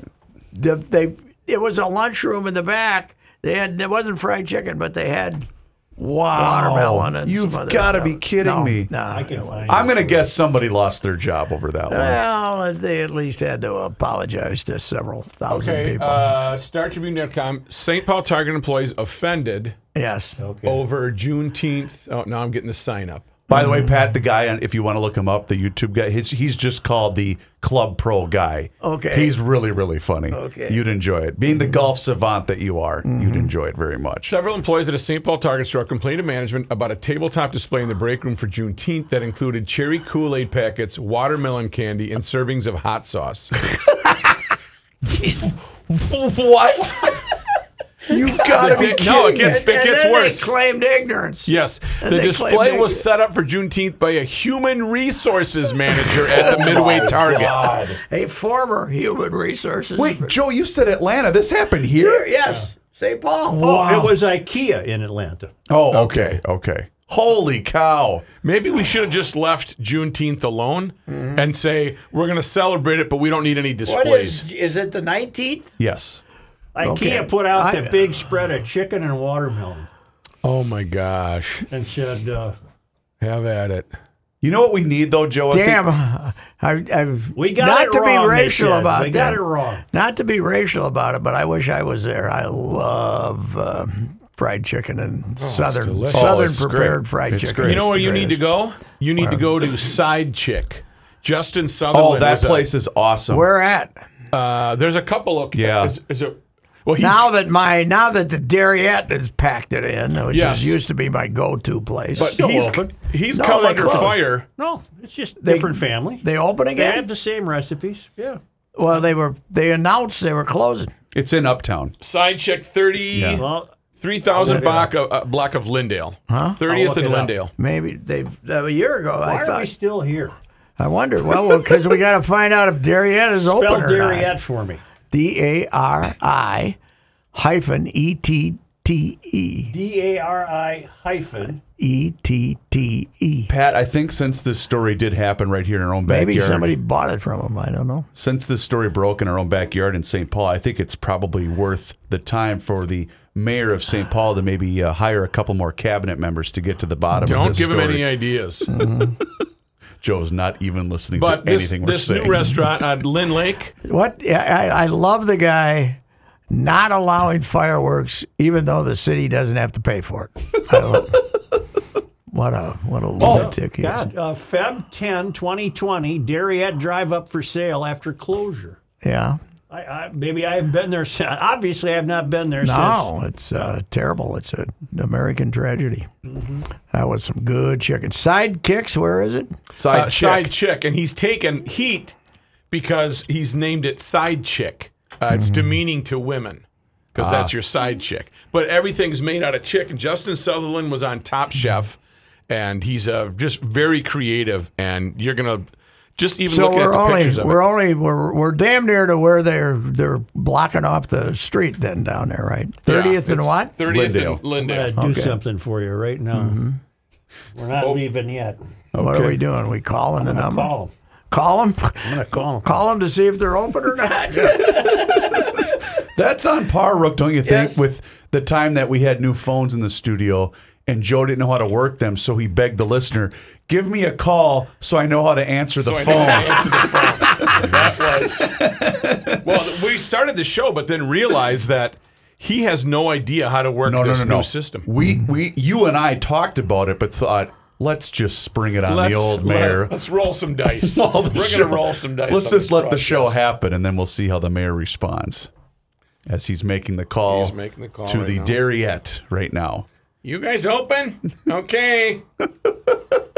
Speaker 2: the, they it was a lunchroom in the back. They had it wasn't fried chicken, but they had
Speaker 5: Wow.
Speaker 2: watermelon and
Speaker 5: You've
Speaker 2: some other
Speaker 5: gotta
Speaker 2: stuff.
Speaker 5: be kidding
Speaker 2: No,
Speaker 5: me.
Speaker 2: No,
Speaker 3: I Ah, can find
Speaker 5: I'm
Speaker 3: it.
Speaker 5: going to guess somebody lost their job over that one.
Speaker 2: well, they at least had to apologize to several thousand
Speaker 4: Okay.
Speaker 2: people.
Speaker 4: Uh, StarTribune.com. St. Paul Target employees offended
Speaker 2: yes,
Speaker 4: over Juneteenth. Oh, now I'm getting the sign up.
Speaker 5: By the way,
Speaker 2: Uh-huh.
Speaker 5: Pat, the guy, on- if you want to look him up, the YouTube guy, he's, he's just called the Club Pro guy.
Speaker 2: Okay.
Speaker 5: He's really, really funny.
Speaker 2: Okay. Mm-hmm.
Speaker 5: You'd enjoy it. Being the golf savant that you are, you'd enjoy it very much.
Speaker 4: Several employees at a St. Paul Target store complained to management about a tabletop display in the break room for Juneteenth that included cherry Kool Aid packets, watermelon candy, and servings of hot sauce.
Speaker 5: what? You've got to be kidding
Speaker 4: no, it
Speaker 5: me.
Speaker 4: gets, it
Speaker 2: And
Speaker 4: gets
Speaker 2: then
Speaker 4: worse.
Speaker 2: They claimed ignorance.
Speaker 4: Yes, the
Speaker 2: they claim
Speaker 4: display
Speaker 2: they-
Speaker 4: was set up for Juneteenth by a human resources manager
Speaker 2: Oh
Speaker 4: at the Midway Target.
Speaker 2: A former human resources.
Speaker 5: Wait, Joe, you said Atlanta. This happened here?
Speaker 2: yes, St. Paul.
Speaker 3: Oh, it was IKEA in Atlanta.
Speaker 5: Oh, okay, okay. Holy cow.
Speaker 4: Maybe we should have just left Juneteenth alone and say we're going to celebrate it, but we don't need any
Speaker 2: Mm-hmm. What
Speaker 4: displays.
Speaker 2: is? Is it the nineteenth?
Speaker 5: Yes.
Speaker 3: I
Speaker 2: Okay.
Speaker 3: can't put out
Speaker 2: I-
Speaker 3: the big spread of chicken and watermelon
Speaker 4: oh my gosh!
Speaker 3: and said, uh,
Speaker 4: Have at it.
Speaker 5: You know what we need though, Joe? I think-
Speaker 2: Damn, I, I've
Speaker 3: "We got
Speaker 2: not
Speaker 3: it
Speaker 2: to
Speaker 3: wrong."
Speaker 2: be
Speaker 3: they
Speaker 2: racial
Speaker 3: said.
Speaker 2: about
Speaker 3: We
Speaker 2: that.
Speaker 3: got it wrong.
Speaker 2: Not to be racial about it, but I wish I was there. I love um, fried chicken and southern
Speaker 4: delicious.
Speaker 2: southern
Speaker 5: Oh, it's
Speaker 2: prepared
Speaker 5: great.
Speaker 2: fried
Speaker 5: It's
Speaker 2: chicken.
Speaker 5: great.
Speaker 4: You know
Speaker 2: It's
Speaker 4: where
Speaker 2: the
Speaker 4: you need to
Speaker 2: greatest.
Speaker 4: go? You need to go to Side Chick. Justin Sutherland.
Speaker 5: oh, that
Speaker 4: was a-
Speaker 5: place is awesome.
Speaker 2: Where at?
Speaker 4: uh, there's a couple of
Speaker 5: Yeah.
Speaker 4: Is, is it, well, he's,
Speaker 2: Now that my now that the Dariette has packed it in, which
Speaker 4: Yes.
Speaker 2: is used to be my go-to place.
Speaker 4: but
Speaker 3: still
Speaker 4: he's
Speaker 3: open.
Speaker 4: he's
Speaker 2: No,
Speaker 4: come
Speaker 2: they
Speaker 4: under
Speaker 2: closed.
Speaker 4: fire.
Speaker 3: No, it's just
Speaker 2: They-
Speaker 3: different family. They,
Speaker 2: they open
Speaker 3: have
Speaker 2: again.
Speaker 3: the same recipes. Yeah.
Speaker 2: Well, they were they announced they were closing.
Speaker 5: It's in Uptown.
Speaker 4: Side Chick thirty.
Speaker 3: Well,
Speaker 4: 3,000 block, uh, uh, block of Lindale. Huh? 30th
Speaker 3: look
Speaker 4: and
Speaker 3: it up.
Speaker 4: Lindale.
Speaker 2: Maybe they uh, a year ago.
Speaker 3: why
Speaker 2: I
Speaker 3: are we
Speaker 2: thought
Speaker 3: still here?
Speaker 2: I wonder. Well, because we got to find out if Dariette is open
Speaker 3: Spell
Speaker 2: or
Speaker 3: Dariette
Speaker 2: not.
Speaker 3: for me.
Speaker 2: D A R I hyphen E T T E
Speaker 3: D A R I hyphen.
Speaker 2: E T T E.
Speaker 5: Pat, I think since this story did happen right here in our own backyard,
Speaker 2: Maybe somebody bought it from him. I don't know.
Speaker 5: since this story broke in our own backyard in St. Paul, I think it's probably worth the time for the mayor of St. Paul to maybe uh, hire a couple more cabinet members to get to the bottom of
Speaker 4: Don't
Speaker 5: this
Speaker 4: give him
Speaker 5: story.
Speaker 4: any ideas.
Speaker 5: Joe's not even listening
Speaker 4: But
Speaker 5: to
Speaker 4: this,
Speaker 5: anything we're
Speaker 4: this
Speaker 5: saying.
Speaker 4: new restaurant on Lynn Lake,
Speaker 2: What I, I I love the guy not allowing fireworks, even though the city doesn't have to pay for it. I love it. what a what a lunatic he is.
Speaker 3: Oh, God, uh, Feb 10, 2020, Dariette Drive up for sale after closure.
Speaker 2: Yeah.
Speaker 3: I, I, maybe I haven't been there since. Obviously, I have not been there
Speaker 2: No, it's uh, terrible. It's an American tragedy.
Speaker 4: Mm-hmm.
Speaker 2: That was some good chicken. Sidekicks, where is it?
Speaker 5: side
Speaker 4: uh,
Speaker 5: chick.
Speaker 4: Side Chick, and he's taken heat because he's named it Side Chick. Uh, it's demeaning to women because that's your side chick. But everything's made out of chick. And Justin Sutherland was on Top Chef, and he's uh, just very creative. And you're going to just even
Speaker 2: So
Speaker 4: looking at
Speaker 2: we're
Speaker 4: the
Speaker 2: only
Speaker 4: pictures of
Speaker 2: we're
Speaker 4: it.
Speaker 2: only we're, we're damn near to where they're they're blocking off the street then down there, right?
Speaker 4: Yeah,
Speaker 2: Thirtieth and
Speaker 4: it's
Speaker 2: what?
Speaker 4: 30th
Speaker 5: Lindale.
Speaker 4: and
Speaker 3: since.
Speaker 4: Lindale.
Speaker 3: I'm going to do something for you right now. We're not leaving yet.
Speaker 2: What are we doing? We calling the number?
Speaker 3: Oh. Call 'em.
Speaker 2: Call them.
Speaker 3: I'm going to call 'em.
Speaker 2: Call them to see if they're open or not.
Speaker 5: That's on par, Rook, don't you think,
Speaker 2: Yes.
Speaker 5: with the time that we had new phones in the studio and Joe didn't know how to work them, so he begged the listener, give me a call so I know how to answer the
Speaker 4: So I know
Speaker 5: phone.
Speaker 4: I answered the phone. that was well. We started the show, but then realized that he has no idea how to work
Speaker 5: no, no,
Speaker 4: this
Speaker 5: no,
Speaker 4: new
Speaker 5: no.
Speaker 4: system.
Speaker 5: We, we, you and I talked about it, but thought, let's just spring it on the old mayor.
Speaker 4: Let, us roll some dice.
Speaker 5: All the
Speaker 4: We're
Speaker 5: show-
Speaker 4: gonna roll some dice.
Speaker 5: Let's
Speaker 4: on
Speaker 5: just
Speaker 4: this
Speaker 5: let the
Speaker 4: broadcast.
Speaker 5: show happen, and then we'll see how the mayor responds as he's making the call.
Speaker 4: He's making the call
Speaker 5: to
Speaker 4: right
Speaker 5: the
Speaker 4: now.
Speaker 5: Dariette right now.
Speaker 4: You guys open? Okay.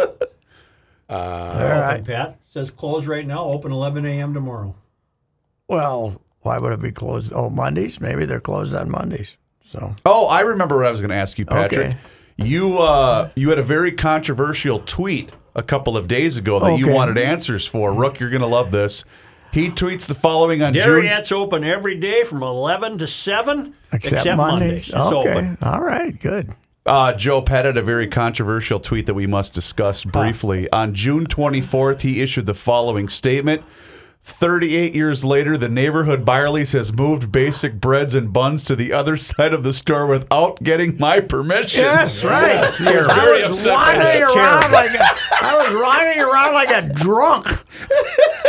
Speaker 3: All right. Pat says close right now, open 11 a.m. tomorrow.
Speaker 2: well, why would it be closed? Oh, Mondays? Maybe they're closed on Mondays. So
Speaker 5: Oh, I remember what I was going to ask you, Patrick.
Speaker 2: Okay.
Speaker 5: You uh, you had a very controversial tweet a couple of days ago that you
Speaker 2: Okay.
Speaker 5: wanted answers for. Rook, you're going to love this. He tweets the following on June.
Speaker 3: Dariette's open every day from 11 to 7, except, Mondays. It's
Speaker 2: okay.
Speaker 3: open.
Speaker 2: All right. Good.
Speaker 5: Uh, Joe Pat had a very controversial tweet that we must discuss briefly. On June 24th, he issued the following statement. 38 years later, the neighborhood Byerly's has moved basic breads and buns to the other side of the store without getting my permission.
Speaker 2: Yes, right.
Speaker 4: very
Speaker 2: I was
Speaker 4: upset by
Speaker 2: wandering
Speaker 4: this.
Speaker 2: around like a, I was wandering around like a drunk.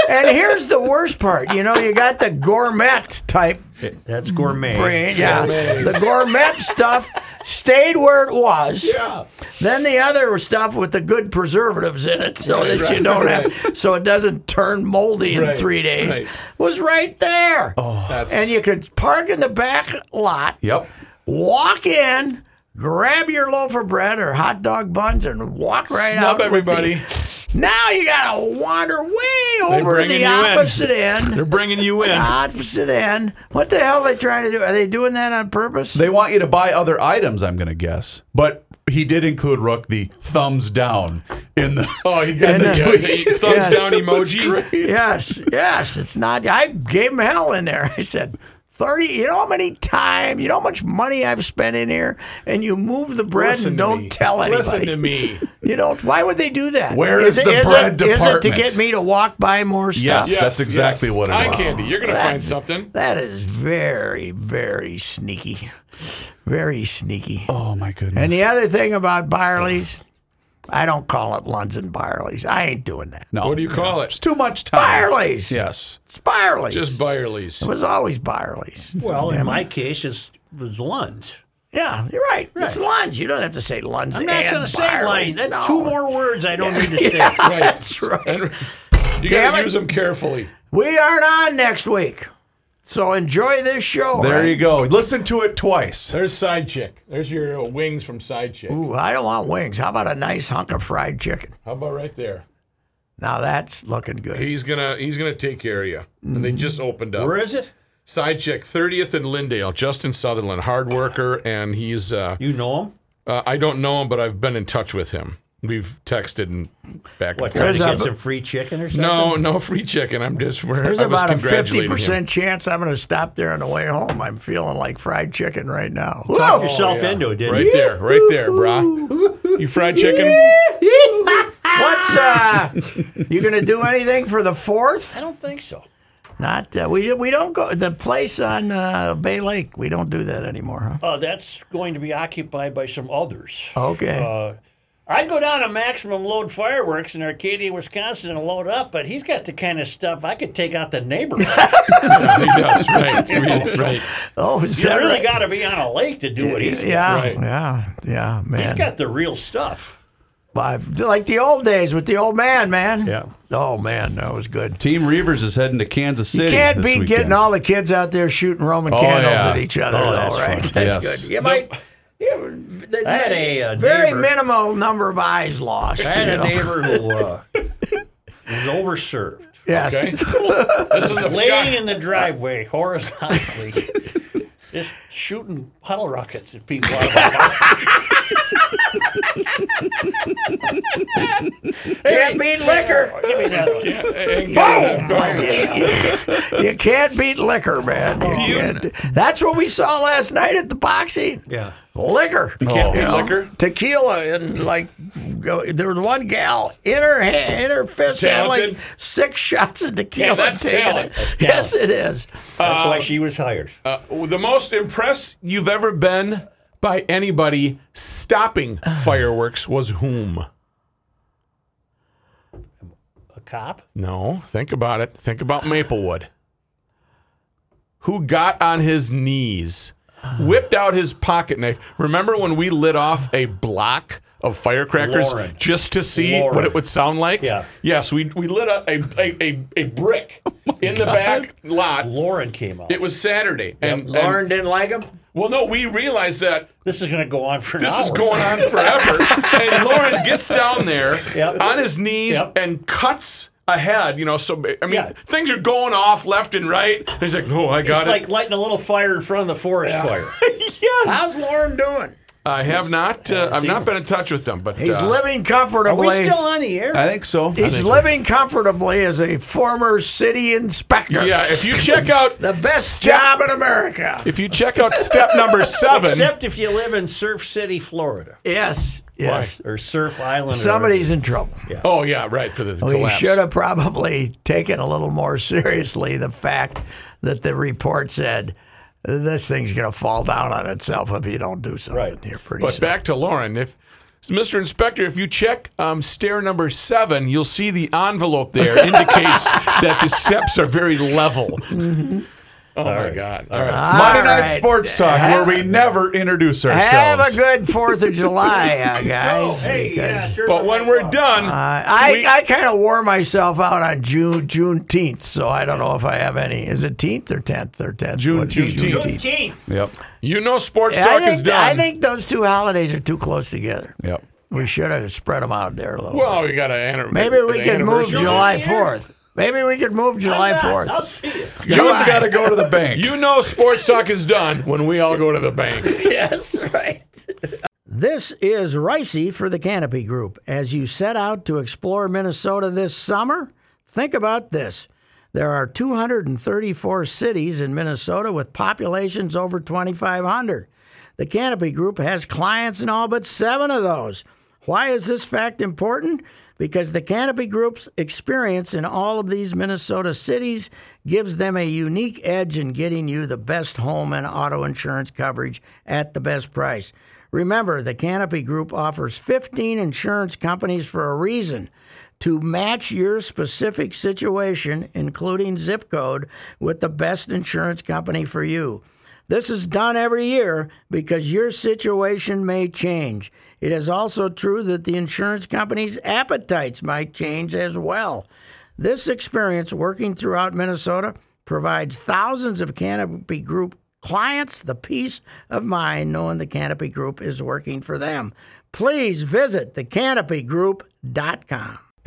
Speaker 2: And here's the worst part. You know, you got the gourmet type
Speaker 3: That's gourmet.
Speaker 2: brain. Yeah, the gourmet stuff stayed where it was.
Speaker 5: Yeah.
Speaker 2: Then the other stuff with the good preservatives in it, so that you don't have, so it doesn't turn moldy in
Speaker 4: Right,
Speaker 2: three days,
Speaker 4: right. Oh.
Speaker 2: was right there.
Speaker 4: That's
Speaker 2: And you could park in the back lot,
Speaker 5: Yep.
Speaker 2: walk in, grab your loaf of bread or hot dog buns, and walk right out.
Speaker 4: snub
Speaker 2: with
Speaker 4: everybody.
Speaker 2: the- now you gotta wander way over to the
Speaker 4: bringing you in.
Speaker 2: opposite end. Ah,
Speaker 4: They're bringing you in.
Speaker 2: Opposite end. What the hell are they trying to do? Are they doing that on purpose?
Speaker 5: They want you to buy other items, I'm going to guess. But he did include Rook the thumbs down in the.
Speaker 4: Oh, he got the,
Speaker 5: And, uh,
Speaker 4: yeah, the thumbs
Speaker 2: Yes.
Speaker 4: down emoji.
Speaker 2: yes, yes. It's not. I gave him hell in there. I said, Thirty. You know how many time, you know how much money I've spent in here, and you move the bread
Speaker 4: Listen
Speaker 2: and
Speaker 4: to
Speaker 2: don't
Speaker 4: me.
Speaker 2: tell anybody.
Speaker 4: Listen to me.
Speaker 2: You don't. Why would they do that?
Speaker 5: Where is
Speaker 2: it-
Speaker 5: the bread
Speaker 2: it, Is it
Speaker 5: department?
Speaker 2: to get me to walk by more stuff?
Speaker 5: Yes, that's exactly what it
Speaker 4: Eye
Speaker 5: was.
Speaker 4: candy. You're gonna find
Speaker 2: That's-
Speaker 4: something.
Speaker 2: That is very, very sneaky. Very sneaky.
Speaker 5: Oh my goodness.
Speaker 2: And the other thing about Barley's, I don't call it Lunds and Barley's. I ain't doing that.
Speaker 5: no,
Speaker 4: What do you call
Speaker 5: It's
Speaker 4: it?
Speaker 5: too much time.
Speaker 2: Barley's.
Speaker 5: Yes.
Speaker 2: It's Barley's.
Speaker 4: Just Byerly's.
Speaker 2: it was always Barley's.
Speaker 3: Well, in my case, it's it was Lund.
Speaker 2: Yeah, you're right. It's Lunds. You don't have to say Lunds
Speaker 3: I'm not
Speaker 2: and
Speaker 3: going to say
Speaker 2: Barley's.
Speaker 3: Lund. That's
Speaker 2: No.
Speaker 3: two more words I don't need to say.
Speaker 4: Right.
Speaker 2: That's right.
Speaker 4: And you
Speaker 2: Damn
Speaker 4: gotta
Speaker 2: it.
Speaker 4: use them carefully.
Speaker 2: We aren't on next week. So enjoy this show.
Speaker 5: There
Speaker 2: right?
Speaker 5: you go. Listen to it twice.
Speaker 4: There's side chick. There's your uh, wings from side chick.
Speaker 2: Ooh, I don't want wings. How about a nice hunk of fried chicken?
Speaker 4: How about right there?
Speaker 2: Now that's looking good.
Speaker 4: He's gonna he's gonna take care of you. And
Speaker 2: Mm-hmm.
Speaker 4: they just opened up.
Speaker 3: Where is it?
Speaker 4: Side chick, 30th and Lindale. Justin Sutherland, hard worker, and he's uh,
Speaker 3: You know him?
Speaker 4: uh, I don't know him, but I've been in touch with him. We've texted and back and
Speaker 3: What,
Speaker 4: forth.
Speaker 3: trying to
Speaker 2: There's
Speaker 3: get
Speaker 2: a-
Speaker 3: some free chicken or something?
Speaker 4: No, no free chicken. I'm just we're,
Speaker 2: There's
Speaker 4: I was
Speaker 2: about a fifty
Speaker 4: congratulating him.
Speaker 2: percent chance I'm going to stop there on the way home. I'm feeling like fried chicken right now.
Speaker 3: Talk
Speaker 2: Whoa!
Speaker 3: yourself into it, didn't
Speaker 4: Right
Speaker 3: you?
Speaker 4: there, right there, brah. You fried chicken?
Speaker 2: What's uh? you going to do anything for the fourth?
Speaker 3: I don't think so.
Speaker 2: Not uh, we we don't go the place on uh, Bay Lake. We don't do that anymore.
Speaker 3: Uh, that's going to be occupied by some others.
Speaker 2: Huh? Okay.
Speaker 3: Uh, I'd go down to Maximum Load Fireworks in Arcadia, Wisconsin, and load up, but he's got the kind of stuff I could take out the neighborhood.
Speaker 4: Yeah, he does, right, right, right.
Speaker 2: oh, is
Speaker 3: you
Speaker 2: that
Speaker 3: really
Speaker 2: right?
Speaker 3: got to be on a lake to do what he's got.
Speaker 2: yeah,
Speaker 4: Right.
Speaker 2: yeah, yeah, man.
Speaker 3: He's got the real stuff.
Speaker 2: Five- like the old days with the old man, man.
Speaker 3: Yeah.
Speaker 2: Oh man, that was good.
Speaker 5: Team Reavers is heading to Kansas City.
Speaker 2: You can't
Speaker 5: this
Speaker 2: be
Speaker 5: weekend.
Speaker 2: getting all the kids out there shooting Roman candles
Speaker 5: yeah.
Speaker 2: at each other,
Speaker 3: Oh,
Speaker 2: though,
Speaker 3: that's
Speaker 2: right?
Speaker 3: fun.
Speaker 2: That's
Speaker 5: Yes.
Speaker 2: good. You might. you- the-
Speaker 3: I had a, uh,
Speaker 2: very
Speaker 3: neighbor-
Speaker 2: minimal number of eyes lost.
Speaker 3: I had
Speaker 2: you
Speaker 3: a
Speaker 2: know?
Speaker 3: neighbor who uh, was overserved,
Speaker 2: Yes.
Speaker 4: This is a
Speaker 3: laying in the driveway horizontally, just shooting puddle rockets at people out of my house.
Speaker 2: Can't beat liquor.
Speaker 3: Give me that.
Speaker 4: Yeah, and get it out.
Speaker 2: You can't beat liquor, man. You
Speaker 4: you-
Speaker 2: can't. That's what we saw last night at the boxing.
Speaker 3: Yeah.
Speaker 2: Liquor.
Speaker 4: Can't
Speaker 2: You
Speaker 4: be
Speaker 2: know,
Speaker 4: liquor.
Speaker 2: Tequila and like, go, there was one gal in her hand, in her fist had like
Speaker 4: Talented.
Speaker 2: six shots of tequila.
Speaker 4: that's
Speaker 2: taken
Speaker 4: talent.
Speaker 2: it. Yes, it is.
Speaker 3: That's why she was hired.
Speaker 4: Uh, the most impressed you've ever been by anybody stopping fireworks was whom?
Speaker 3: a cop?
Speaker 4: No, think about it. Think about Maplewood. Who got on his knees, whipped out his pocket knife. Remember when we lit off a block of firecrackers
Speaker 3: Lauren.
Speaker 4: just to see
Speaker 3: Lauren.
Speaker 4: what it would sound like?
Speaker 3: Yeah.
Speaker 4: Yes, we, we lit up a, a, a, a brick in the back lot.
Speaker 3: Lauren came out.
Speaker 4: It was Saturday. and,
Speaker 2: Lauren
Speaker 4: and
Speaker 2: didn't like him.
Speaker 4: well, no, we realized that
Speaker 3: this is going to go on for an
Speaker 4: this
Speaker 3: hour.
Speaker 4: is going on forever. and Lauren gets down there
Speaker 3: Yep.
Speaker 4: on his knees
Speaker 3: Yep.
Speaker 4: and cuts ahead. You know, so I mean,
Speaker 3: Yeah.
Speaker 4: things are going off left and right. And he's like, "No, I
Speaker 3: It's
Speaker 4: got it.
Speaker 3: like lighting a little fire in front of the forest fire.
Speaker 2: How's Lauren doing?
Speaker 4: I have not. Uh, I've not been in touch with them, but
Speaker 2: He's
Speaker 4: uh,
Speaker 2: living
Speaker 3: Are
Speaker 2: comfortably.
Speaker 3: we still on the air?
Speaker 5: I think so.
Speaker 2: He's living comfortably as a former city inspector.
Speaker 4: yeah. If you check out
Speaker 2: The best job in America.
Speaker 4: if you check out step number seven,
Speaker 3: Except if you live in Surf City, Florida,
Speaker 2: Yes. Yes.
Speaker 3: or Surf Island. or-
Speaker 2: Somebody's in trouble.
Speaker 4: oh yeah, right for the
Speaker 2: We
Speaker 4: collapse.
Speaker 2: should have probably taken a little more seriously the fact that the report said this thing's going to fall down on itself if you don't do something
Speaker 3: Right.
Speaker 2: here pretty
Speaker 4: But
Speaker 2: soon.
Speaker 4: back to Lauren, if Mr. Inspector, if you check um, stair number seven, you'll see the envelope there indicates that the steps are very level. Oh my God! All right.
Speaker 5: Monday Night
Speaker 2: Mm-hmm. right.
Speaker 5: Sports Talk, where we never introduce ourselves.
Speaker 2: Have a good 4th of July,
Speaker 4: Oh,
Speaker 2: uh, guys.
Speaker 3: Hey, yeah,
Speaker 2: because-
Speaker 3: sure.
Speaker 4: But when we're done,
Speaker 2: Uh, I, I kind of wore myself out on June Juneteenth, so I don't know if I have any. Is it teenth or tenth or tenth?
Speaker 5: Juneteenth.
Speaker 4: Juneteenth.
Speaker 3: Gee,
Speaker 5: Yep.
Speaker 4: you know sports
Speaker 2: Yeah,
Speaker 4: talk
Speaker 2: I think,
Speaker 4: is done.
Speaker 2: I think those two holidays are too close together.
Speaker 5: Yep.
Speaker 2: We should have spread them out there a little.
Speaker 4: well, we got to enter.
Speaker 2: Maybe we
Speaker 4: the
Speaker 2: can move
Speaker 4: anniversary.
Speaker 2: July fourth. Maybe we could move July
Speaker 3: I'll
Speaker 2: fourth.
Speaker 3: see you.
Speaker 5: June's got to go to the bank.
Speaker 4: You know sports talk is done when we all go to the bank.
Speaker 2: Yes, right. This is Ricey for the Canopy Group. As you set out to explore Minnesota this summer, think about this. There are 234 cities in Minnesota with populations over 2,500. The Canopy Group has clients in all but seven of those. Why is this fact important? Because the Canopy Group's experience in all of these Minnesota cities gives them a unique edge in getting you the best home and auto insurance coverage at the best price. Remember, the Canopy Group offers 15 insurance companies for a reason to match your specific situation, including zip code, with the best insurance company for you. This is done every year because your situation may change. It is also true that the insurance company's appetites might change as well. This experience working throughout Minnesota provides thousands of Canopy Group clients the peace of mind knowing the Canopy Group is working for them. Please visit thecanopygroup.com.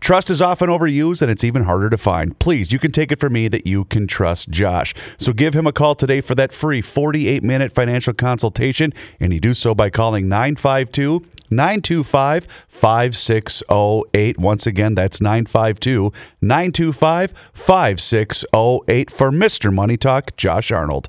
Speaker 5: Trust is often overused and it's even harder to find. Please, you can take it from me that you can trust Josh. So give him a call today for that free 48 minute financial consultation, and you do so by calling 952 925 5608. Once again, that's 952 925 5608 for Mr. Money Talk, Josh Arnold.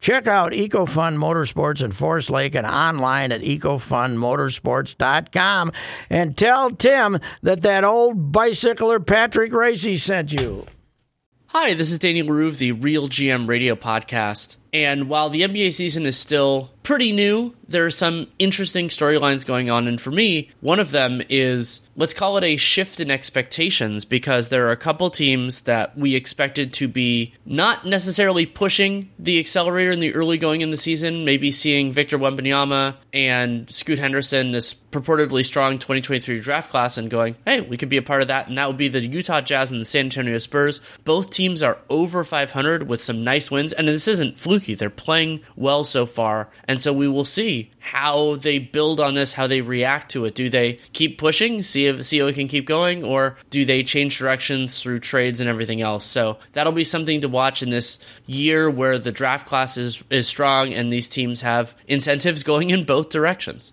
Speaker 2: Check out EcoFun Motorsports in Forest Lake and online at EcoFunMotorsports.com and tell Tim that that old bicycler Patrick Racy sent you.
Speaker 7: Hi, this is Danny LaRue of the Real GM Radio Podcast. And while the NBA season is still pretty new, there are some interesting storylines going on. And for me, one of them is let's call it a shift in expectations because there are a couple teams that we expected to be not necessarily pushing the accelerator in the early going in the season, maybe seeing Victor Wembanyama and Scoot Henderson, this purportedly strong 2023 draft class, and going, hey, we could be a part of that. And that would be the Utah Jazz and the San Antonio Spurs. Both teams are over 500 with some nice wins. And this isn't fluke. They're playing well so far. And so we will see how they build on this, how they react to it. Do they keep pushing, see if see if it can keep going, or do they change directions through trades and everything else? So that'll be something to watch in this year where the draft class is, is strong and these teams have incentives going in both directions.